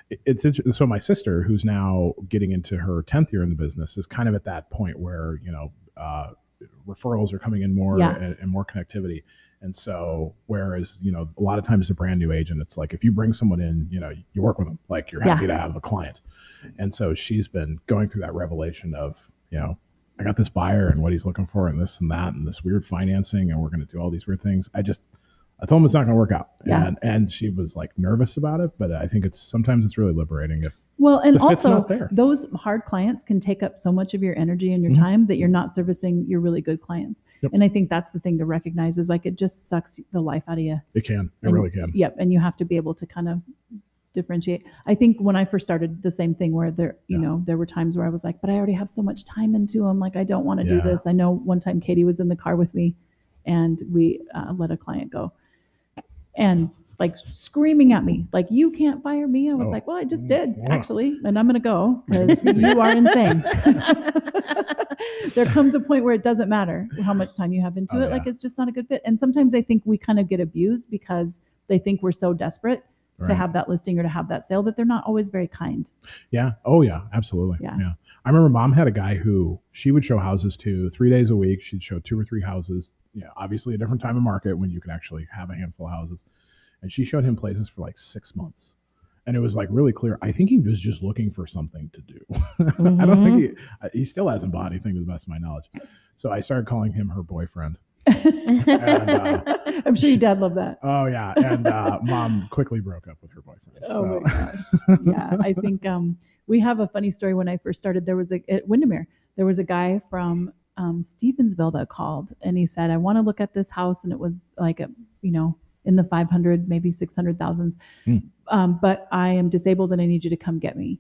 [SPEAKER 2] It- It's inter- so my sister, who's now getting into her tenth year in the business, is kind of at that point where you know uh, referrals are coming in more
[SPEAKER 1] Yeah.
[SPEAKER 2] and, and more connectivity. And so, whereas you know a lot of times a brand new agent, it's like if you bring someone in, you know you work with them, like you're
[SPEAKER 1] Yeah.
[SPEAKER 2] happy to have a client. And so she's been going through that revelation of you know I got this buyer and what he's looking for and this and that and this weird financing and we're going to do all these weird things. I just I told him it's not going to work out.
[SPEAKER 1] Yeah.
[SPEAKER 2] And and she was like nervous about it, but I think it's sometimes it's really liberating if
[SPEAKER 1] Well, and
[SPEAKER 2] if it's
[SPEAKER 1] also
[SPEAKER 2] not there.
[SPEAKER 1] those hard clients can take up so much of your energy and your
[SPEAKER 2] Mhm.
[SPEAKER 1] time that you're not servicing your really good clients.
[SPEAKER 2] Yep.
[SPEAKER 1] And I think that's the thing to recognize is like it just sucks the life out of you.
[SPEAKER 2] It can. It
[SPEAKER 1] And-
[SPEAKER 2] really can.
[SPEAKER 1] Yep. And you have to be able to kind of differentiate. I think when I first started, the same thing where there, you
[SPEAKER 2] Yeah.
[SPEAKER 1] know, there were times where I was like, but I already have so much time into them. Like, I don't want to do
[SPEAKER 2] Yeah.
[SPEAKER 1] this. I know one time Katie was in the car with me and we uh, let a client go and like screaming at me, like, you can't fire me. I was
[SPEAKER 2] Oh.
[SPEAKER 1] like, well, I just did
[SPEAKER 2] Wow.
[SPEAKER 1] actually. And I'm going to go because
[SPEAKER 2] [laughs]
[SPEAKER 1] you are insane. there comes a point where it doesn't matter how much time you have into
[SPEAKER 2] Oh,
[SPEAKER 1] it.
[SPEAKER 2] yeah.
[SPEAKER 1] Like it's just not a good fit. And sometimes I think we kind of get abused because they think we're so desperate to
[SPEAKER 2] Right.
[SPEAKER 1] have that listing or to have that sale that they're not always very kind. [laughs]
[SPEAKER 2] Yeah. Oh yeah. Absolutely.
[SPEAKER 1] Yeah.
[SPEAKER 2] I remember mom had a guy who she would show houses to three days a week. She'd show two or three houses. You know, obviously a different time of market when you can actually have a handful of houses. And she showed him places for like six months. And it was like really clear. I think he was just looking for something to do. [laughs]
[SPEAKER 1] Mm-hmm.
[SPEAKER 2] I don't think he I- he still hasn't bought anything to the best of my knowledge. So I started calling him her boyfriend. And, uh,
[SPEAKER 1] I'm sure your dad loved that.
[SPEAKER 2] oh yeah, and uh, mom quickly broke up with her boyfriend.
[SPEAKER 1] [laughs] Oh
[SPEAKER 2] so-
[SPEAKER 1] my gosh. yeah,
[SPEAKER 2] [laughs]
[SPEAKER 1] I think um, we have a funny story. When I first started, there was a at Windermere. There was a guy from um, Stevensville that called, and he said, "I want to look at this house," and it was like a you know in the five hundred, maybe six hundred thousands.
[SPEAKER 2] Hmm.
[SPEAKER 1] Um, but I am disabled, and I need you to come get me.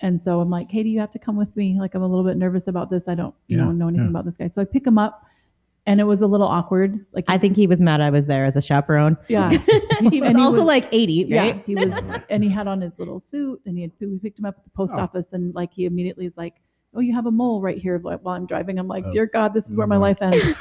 [SPEAKER 1] And so I'm like, "Hey, do you have to come with me?" Like I'm a little bit nervous about this. I don't you
[SPEAKER 2] Yeah,
[SPEAKER 1] know know anything
[SPEAKER 2] yeah.
[SPEAKER 1] about this guy. So I pick him up, and it was a little awkward. Like
[SPEAKER 3] [laughs] I think he was mad I was there as a chaperone.
[SPEAKER 1] yeah.
[SPEAKER 3] he was
[SPEAKER 1] And he
[SPEAKER 3] also
[SPEAKER 1] was-
[SPEAKER 3] like 80,
[SPEAKER 1] Yeah,
[SPEAKER 2] [laughs]
[SPEAKER 3] right?
[SPEAKER 1] he was, and he had on his little suit, and he had we picked him up at the post
[SPEAKER 2] Oh.
[SPEAKER 1] office, and like he immediately is like, "Oh, you have a mole right here." like, While I'm driving, I'm like,
[SPEAKER 2] Oh.
[SPEAKER 1] "Dear God, this is where my
[SPEAKER 2] Mhm.
[SPEAKER 1] life ends."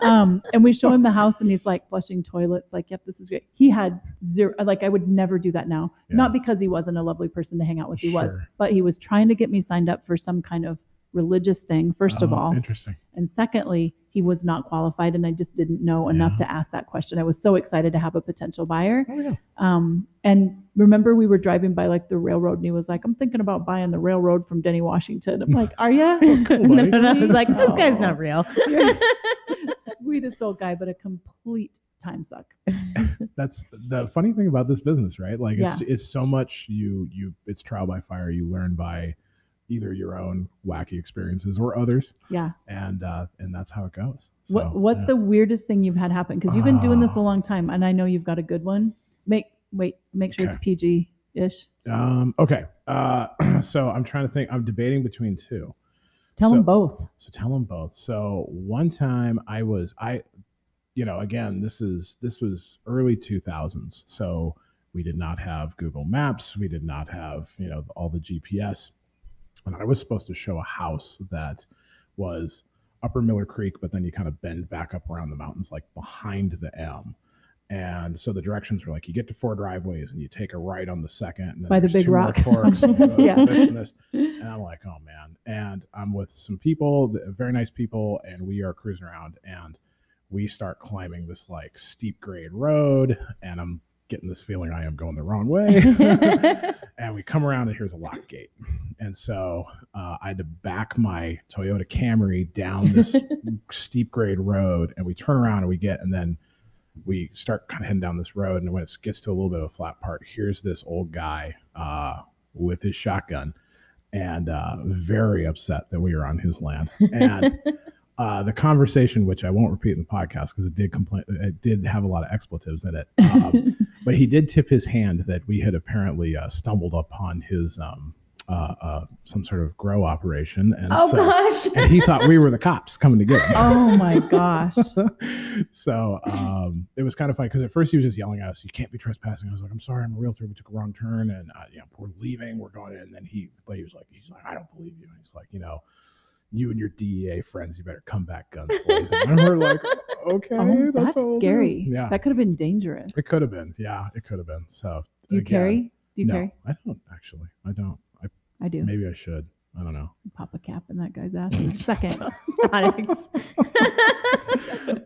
[SPEAKER 1] um, and we show him the house, and he's like flushing toilets, like, "Yep, this is great." He had zero, like, I would never do that now,
[SPEAKER 2] Yeah.
[SPEAKER 1] not because he wasn't a lovely person to hang out with, he was,
[SPEAKER 2] Sure.
[SPEAKER 1] but he was trying to get me signed up for some kind of religious thing, first
[SPEAKER 2] [laughs]
[SPEAKER 1] of
[SPEAKER 2] Oh,
[SPEAKER 1] all,
[SPEAKER 2] interesting.
[SPEAKER 1] and secondly, he was not qualified, and I just didn't know enough
[SPEAKER 2] Yeah.
[SPEAKER 1] to ask that question. I was so excited to have a potential buyer.
[SPEAKER 2] Oh yeah.
[SPEAKER 1] Um, and remember, we were driving by like the railroad, and he was like, "I'm thinking about buying the railroad from Denny Washington." I'm like, "Are [laughs]
[SPEAKER 2] [laughs]
[SPEAKER 1] you?"
[SPEAKER 3] [laughs] no,
[SPEAKER 2] buddy.
[SPEAKER 3] no, no, I was like, this guy's
[SPEAKER 1] Oh.
[SPEAKER 3] not real.
[SPEAKER 1] Sweetest old guy, but a complete time suck.
[SPEAKER 2] That's the funny thing about this business, right? Like it's it's so much you you it's trial by fire. You learn by either your own wacky experiences or others,
[SPEAKER 1] Yeah.
[SPEAKER 2] and uh, and that's how it goes. So,
[SPEAKER 1] what What's
[SPEAKER 2] yeah.
[SPEAKER 1] the weirdest thing you've had happen? Because you've been doing this a
[SPEAKER 2] Ah.
[SPEAKER 1] long time, and I know you've got a good one. Make wait, make sure it's
[SPEAKER 2] Okay.
[SPEAKER 1] PG ish.
[SPEAKER 2] Um, okay. Uh, [clears throat] so I'm trying to think. I'm debating between two.
[SPEAKER 1] Tell
[SPEAKER 2] So-
[SPEAKER 1] them both.
[SPEAKER 2] So tell them both. So one time I was I, you know, again this is this was early 2000s. So we did not have Google Maps. We did not have you know all the GPS. And I was supposed to show a house that was Upper Miller Creek, but then you kind of bend back up around the mountains, like behind the M. And so the directions were like you get to four driveways and you take a right on the second and then
[SPEAKER 1] By the
[SPEAKER 2] there's
[SPEAKER 1] big
[SPEAKER 2] two more
[SPEAKER 1] rock. [laughs]
[SPEAKER 2] Forks, and, uh,
[SPEAKER 1] Yeah.
[SPEAKER 2] this and this. And I'm like, oh man. And I'm with some people, th- very nice people, and we are cruising around and we start climbing this like steep grade road. And I'm getting this feeling I am going the wrong way. [laughs]
[SPEAKER 3] [laughs] Oh
[SPEAKER 2] and we come around and here's a lock gate. And so uh, I had to back my Toyota Camry down this steep grade road and we turn around and we get and then we start kind of heading down this road and when it gets to a little bit of a flat part here's this old guy uh, with his shotgun and uh, very upset that we were on his land and uh, the conversation which i won't repeat in the podcast because it did complain it did have a lot of expletives in it [laughs] um, but he did tip his hand that we had apparently uh, stumbled upon his um, uh, uh, some sort of grow operation and
[SPEAKER 3] oh,
[SPEAKER 2] so-
[SPEAKER 3] gosh. [laughs]
[SPEAKER 2] and he thought we were the cops coming to get him
[SPEAKER 1] [laughs]
[SPEAKER 2] [laughs]
[SPEAKER 1] oh my gosh.
[SPEAKER 2] so um, it was kind of funny because at first he was just yelling at us, "You can't be trespassing." I was like, "I'm sorry, I'm a realtor. We took a wrong turn, and uh, you know, we're leaving. We're going." In. And then he, but he was like, "He's like, I don't believe you." And he's like, "You know, you and your DEA friends, you better come back, guns blazing." and we're like, "Okay,
[SPEAKER 1] [laughs] Oh,
[SPEAKER 2] that's,
[SPEAKER 1] that's
[SPEAKER 2] what we'll do."
[SPEAKER 1] scary.
[SPEAKER 2] Yeah,
[SPEAKER 1] That could have been dangerous.
[SPEAKER 2] it could have been. Yeah, it could have been. So
[SPEAKER 1] Do you
[SPEAKER 2] again,
[SPEAKER 1] carry? Do you
[SPEAKER 2] no,
[SPEAKER 1] carry?
[SPEAKER 2] I don't actually. I don't. I,
[SPEAKER 1] I do.
[SPEAKER 2] maybe I should. I
[SPEAKER 1] [laughs]
[SPEAKER 2] don't know.
[SPEAKER 1] Pop a cap in that guy's ass
[SPEAKER 2] [laughs]
[SPEAKER 1] in a second.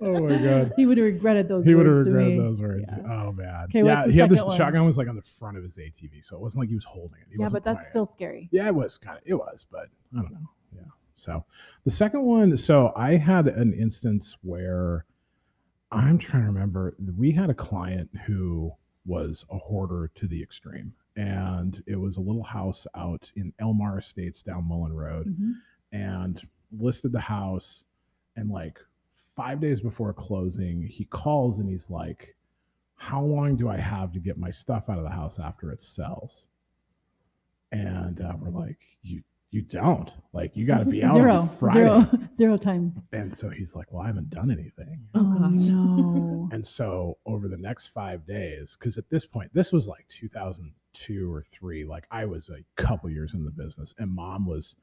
[SPEAKER 2] Oh my god.
[SPEAKER 1] He would have regretted [laughs] those.
[SPEAKER 2] He would have
[SPEAKER 1] words to
[SPEAKER 2] regretted
[SPEAKER 1] me.
[SPEAKER 2] those words.
[SPEAKER 1] Yeah.
[SPEAKER 2] Oh man.
[SPEAKER 1] Okay,
[SPEAKER 2] yeah,
[SPEAKER 1] what's the
[SPEAKER 2] he had this
[SPEAKER 1] second one?
[SPEAKER 2] shotgun was like on the front of his ATV, so it wasn't like he was holding it. He
[SPEAKER 1] Yeah,
[SPEAKER 2] wasn't
[SPEAKER 1] but that's
[SPEAKER 2] playing.
[SPEAKER 1] still scary.
[SPEAKER 2] Yeah, it was kind of. It was, but I don't know. Yeah. So the second one. So I had an instance where I'm trying to remember. We had a client who was a hoarder to the extreme, and it was a little house out in Elmar Estates down Mullen Road
[SPEAKER 1] Mhm.
[SPEAKER 2] and listed the house and like five days before closing he calls and he's like how long do i have to get my stuff out of the house after it sells and uh, we're like you you don't like you got
[SPEAKER 1] [laughs]
[SPEAKER 2] to be out
[SPEAKER 1] Zero,
[SPEAKER 2] on friday
[SPEAKER 1] zero, [laughs] zero time.
[SPEAKER 2] and so he's like well i haven't done anything
[SPEAKER 3] Oh, gosh.
[SPEAKER 1] no.
[SPEAKER 2] and so over the next five days, because at this point, this was like 2002 or three, like I was a couple years in the business, and mom was,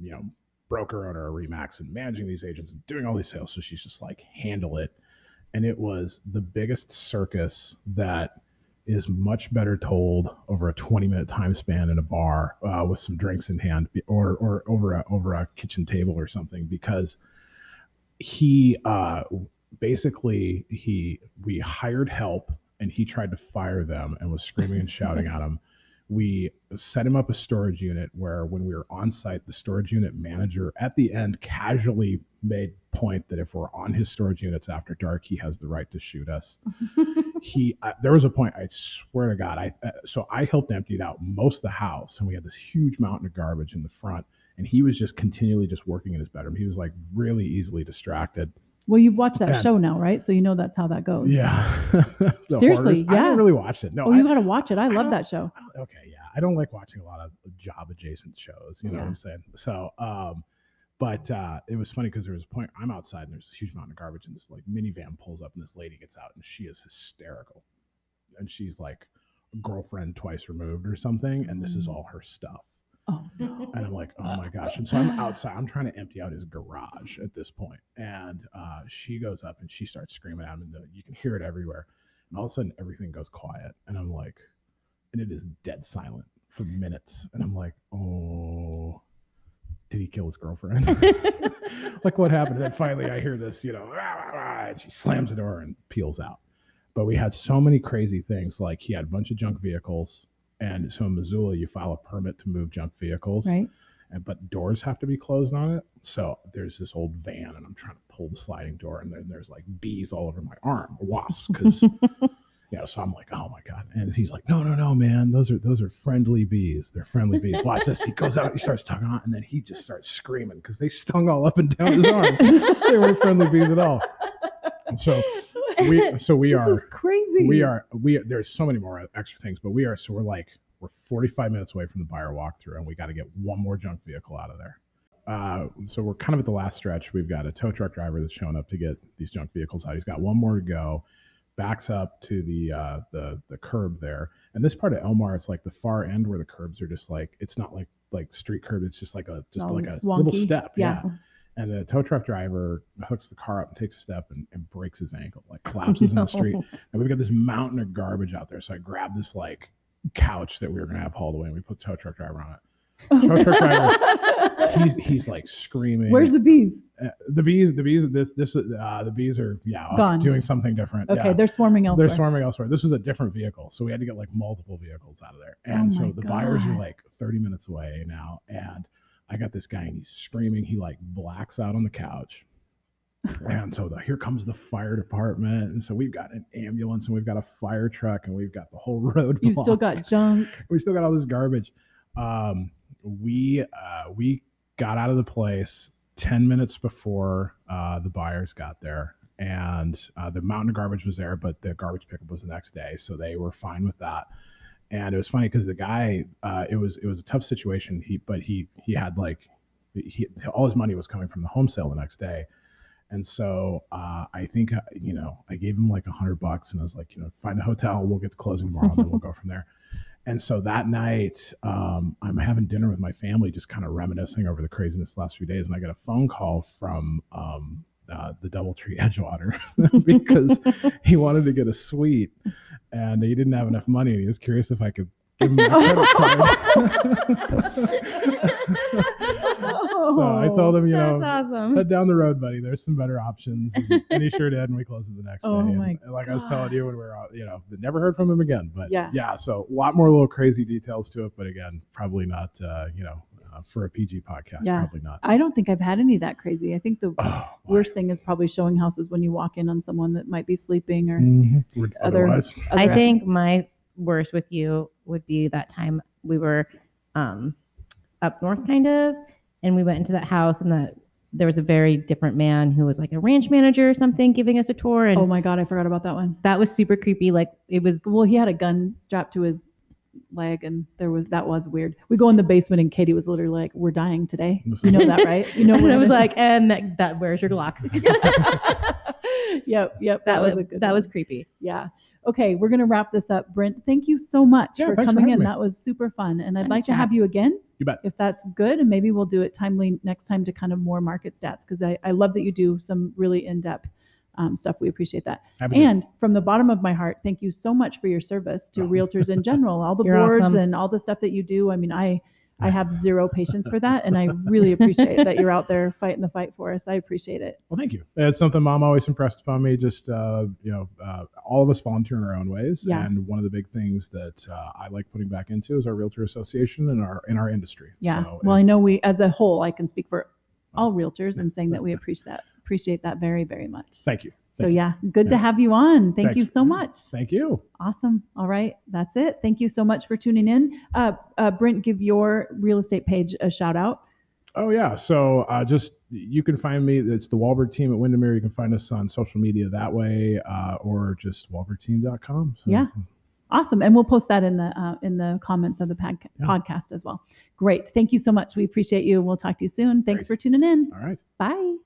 [SPEAKER 2] you know, broker owner of Remax and managing these agents and doing all these sales. So she's just like, handle it. And it was the biggest circus that is much better told over a 20 minute time span in a bar uh, with some drinks in hand be- or, or over a, over a kitchen table or something because he uh, basically he we hired help and he tried to fire them and was screaming and shouting at them we set him up a storage unit where when we were on site the storage unit manager at the end casually made point that if we're on his storage units after dark he has the right to shoot us he I, there was a point i swear to god i uh, so i helped empty out most of the house and we had this huge mountain of garbage in the front and he was just continually just working in his bedroom he was like really easily distracted
[SPEAKER 1] [laughs] Well, you've watched that
[SPEAKER 2] Man.
[SPEAKER 1] show now, right? So you know that's how that goes.
[SPEAKER 2] yeah [laughs] The
[SPEAKER 1] Seriously,
[SPEAKER 2] horrors. i
[SPEAKER 1] yeah.
[SPEAKER 2] haven't really watched it no
[SPEAKER 1] Oh,
[SPEAKER 2] I,
[SPEAKER 1] you got to watch it. I
[SPEAKER 2] I
[SPEAKER 1] love
[SPEAKER 2] don't-
[SPEAKER 1] that show.
[SPEAKER 2] I don't- okay, yeah. I don't like watching a lot of job adjacent shows. You know what
[SPEAKER 3] Yeah.
[SPEAKER 2] I'm saying? So, um, but uh, it was funny because there was a point I'm outside and there's this huge mountain of garbage and this like minivan pulls up and this lady gets out and she is hysterical, and she's like girlfriend twice removed or something, and this is
[SPEAKER 1] Mm.
[SPEAKER 2] all her stuff.
[SPEAKER 1] Oh no.
[SPEAKER 2] And I'm like, oh my gosh. And so I'm outside, I'm trying to empty out his garage at this point. And uh, she goes up and she starts screaming at him, and the, you can hear it everywhere. And all of a sudden, everything goes quiet. And I'm like, and it is dead silent for minutes. And I'm like, oh, did he kill his girlfriend? [laughs] like, what happened? And then finally, I hear this, you know, "Rah, rah, rah," and she slams the door and peels out. But we had so many crazy things. Like, he had a bunch of junk vehicles. And so in Missoula, you file a permit to move junk vehicles
[SPEAKER 1] Right.
[SPEAKER 2] and but doors have to be closed on it. So there's this old van, and I'm trying to pull the sliding door, and then there's like bees all over my arm,
[SPEAKER 1] [laughs]
[SPEAKER 2] wasps, because yeah. So I'm like, oh my god, and he's like, no, no, no, man, those are those are friendly bees. They're friendly bees. Watch this. He goes out, he starts tugging on, and then he just starts screaming because they stung all up and down his arm. they weren't friendly bees at all. And so we so we
[SPEAKER 1] this
[SPEAKER 2] are
[SPEAKER 1] is crazy.
[SPEAKER 2] we are we there's so many more extra things but we are so we're like we're 45 minutes away from the buyer walkthrough and we got to get one more junk vehicle out of there uh, so we're kind of at the last stretch we've got a tow truck driver that's showing up to get these junk vehicles out he's got one more to go backs up to the uh, the the curb there and this part of elmar it's like the far end where the curbs are just like it's not like like street curb it's just like a just
[SPEAKER 1] All
[SPEAKER 2] like a little
[SPEAKER 1] Oh, wonky.
[SPEAKER 2] step
[SPEAKER 1] Yeah.
[SPEAKER 2] and the tow truck driver hooks the car up and takes a step and, and breaks his ankle, like collapses
[SPEAKER 1] [laughs]
[SPEAKER 2] in the street. And we've got this mountain of garbage out there. So I grabbed this like couch that we were gonna have hauled away and we put the tow truck driver on
[SPEAKER 1] [laughs]
[SPEAKER 2] it. Tow truck driver,
[SPEAKER 3] [laughs]
[SPEAKER 2] he's he's like screaming.
[SPEAKER 1] Where's the bees?
[SPEAKER 2] uh, the bees? The bees. This this uh, the bees are yeah off
[SPEAKER 1] Gone.
[SPEAKER 2] doing something different.
[SPEAKER 1] Okay,
[SPEAKER 2] yeah.
[SPEAKER 1] they're swarming elsewhere.
[SPEAKER 2] They're swarming elsewhere. This was a different vehicle, so we had to get like multiple vehicles out of there. And
[SPEAKER 1] Oh my
[SPEAKER 2] so the buyers
[SPEAKER 1] God.
[SPEAKER 2] are like 30 minutes away now. And I got this guy, and he's screaming. He like blacks out on the
[SPEAKER 1] [laughs]
[SPEAKER 2] couch. and so the, here comes the fire department, and so we've got an ambulance, and we've got a fire truck, and we've got the whole [laughs] road.
[SPEAKER 1] You've still
[SPEAKER 2] blocked
[SPEAKER 1] got junk.
[SPEAKER 2] [laughs] we still got all this garbage. Um, we uh, we got out of the place ten minutes before uh, the buyers got there, and uh, the mountain of garbage was there, but the garbage pickup was the next day, so they were fine with that. And it was funny because the guy, uh, it was it was a tough situation. He but he he had like he, all his money was coming from the home sale the next day. And so uh, I think, uh, you know, I gave him like a hundred bucks and I was like, you know, find a hotel, we'll get the closing tomorrow and then we'll go from there. And so that night, um, I'm having dinner with my family, just kind of reminiscing over the craziness the last few days. And I got a phone call from um, uh, the Doubletree [laughs] Edgewater because he wanted to get a suite and he didn't have enough money. And he was curious if I could give him a credit card.
[SPEAKER 3] [laughs]
[SPEAKER 2] [laughs] so I
[SPEAKER 1] Oh.
[SPEAKER 2] told him, you know,
[SPEAKER 3] That's awesome.
[SPEAKER 2] head down the road, buddy. There's some better options. And, and he sure did, and we closed it the next
[SPEAKER 1] Oh
[SPEAKER 2] day. And
[SPEAKER 1] my
[SPEAKER 2] like I was
[SPEAKER 1] God.
[SPEAKER 2] telling you when we were out, you know, never heard from him again. But
[SPEAKER 1] Yeah.
[SPEAKER 2] so a lot more little crazy details to it, but again, probably not, uh, you know, uh, for a PG podcast,
[SPEAKER 1] Yeah.
[SPEAKER 2] probably not.
[SPEAKER 1] I don't think I've had any that crazy. I think
[SPEAKER 2] [laughs]
[SPEAKER 1] the
[SPEAKER 2] Oh,
[SPEAKER 1] worst thing is probably showing houses when you walk in on someone that might be sleeping or
[SPEAKER 2] Mhm. Rid-
[SPEAKER 1] Other-
[SPEAKER 2] Otherwise,
[SPEAKER 1] other-
[SPEAKER 3] I think my worst with you would be that time we were um, up north, kind of, and we went into that house, and that there was a very different man who was like a ranch manager or something giving us a tour, and
[SPEAKER 1] Oh my god, I forgot about that one.
[SPEAKER 3] that was super creepy. Like it was
[SPEAKER 1] Well, he had a gun strapped to his leg and there was that was weird. We go in the basement and Katie was literally like, "We're dying
[SPEAKER 2] [laughs]
[SPEAKER 1] today."
[SPEAKER 2] This
[SPEAKER 1] You
[SPEAKER 2] is-
[SPEAKER 1] know that, right? You know
[SPEAKER 3] [laughs] and
[SPEAKER 1] what
[SPEAKER 3] I
[SPEAKER 1] it
[SPEAKER 3] was
[SPEAKER 1] is.
[SPEAKER 3] like, and that, that where's your Glock?
[SPEAKER 1] [laughs] Yep, yep.
[SPEAKER 3] that was
[SPEAKER 1] a good
[SPEAKER 3] that
[SPEAKER 1] one.
[SPEAKER 3] was creepy.
[SPEAKER 1] Yeah. Okay, we're going to wrap this up. Brent, thank you so much
[SPEAKER 2] Yeah,
[SPEAKER 1] for
[SPEAKER 2] thanks for
[SPEAKER 1] coming in.
[SPEAKER 2] having me.
[SPEAKER 1] That was super fun. And I'd
[SPEAKER 3] fun
[SPEAKER 1] like to
[SPEAKER 3] chat.
[SPEAKER 1] have you again
[SPEAKER 2] you bet.
[SPEAKER 1] if that's good. And maybe we'll do it timely next time to kind of more market stats because I, I love that you do some really in depth um, stuff. We appreciate that.
[SPEAKER 2] Happy to-
[SPEAKER 1] And from the bottom of my heart, thank you so much for your service to
[SPEAKER 2] Oh. [laughs]
[SPEAKER 1] realtors in general, all the
[SPEAKER 3] You're
[SPEAKER 1] boards
[SPEAKER 3] awesome.
[SPEAKER 1] and all the stuff that you do. I mean, I I have zero patience for that. And I
[SPEAKER 2] [laughs]
[SPEAKER 1] really appreciate that you're out there fighting the fight for us. I appreciate it.
[SPEAKER 2] Well, thank you. It's something mom always impressed upon me. Just, uh, you know, uh, all of us volunteer in our own ways.
[SPEAKER 1] Yeah.
[SPEAKER 2] And one of the big things that uh, I like putting back into is our realtor association and our, in our industry.
[SPEAKER 1] Yeah.
[SPEAKER 2] So, Oh.
[SPEAKER 1] well, I know we, as a whole, I can speak for all realtors and saying
[SPEAKER 2] [laughs]
[SPEAKER 1] that we appreciate that, appreciate that very, very much.
[SPEAKER 2] thank you.
[SPEAKER 1] So
[SPEAKER 2] Thank you.
[SPEAKER 1] yeah, good to
[SPEAKER 2] Yeah.
[SPEAKER 1] have you on. Thank you
[SPEAKER 2] Thanks.
[SPEAKER 1] so much.
[SPEAKER 2] Thank you.
[SPEAKER 1] Awesome. All right, that's it. Thank you so much for tuning in. Uh, uh, Brent, give your real estate page a shout out.
[SPEAKER 2] Oh yeah. So uh, just you can find me. It's the Wahlberg team at Windermere. You can find us on social media that way, uh, or just WahlbergTeam.com. So,
[SPEAKER 1] Yeah. Awesome, and we'll post that in the uh, in the comments of the pod-
[SPEAKER 2] Yeah.
[SPEAKER 1] podcast as well. Great. Thank you so much. We appreciate you. We'll talk to you soon. Thanks
[SPEAKER 2] Great.
[SPEAKER 1] for tuning in.
[SPEAKER 2] All right.
[SPEAKER 1] Bye.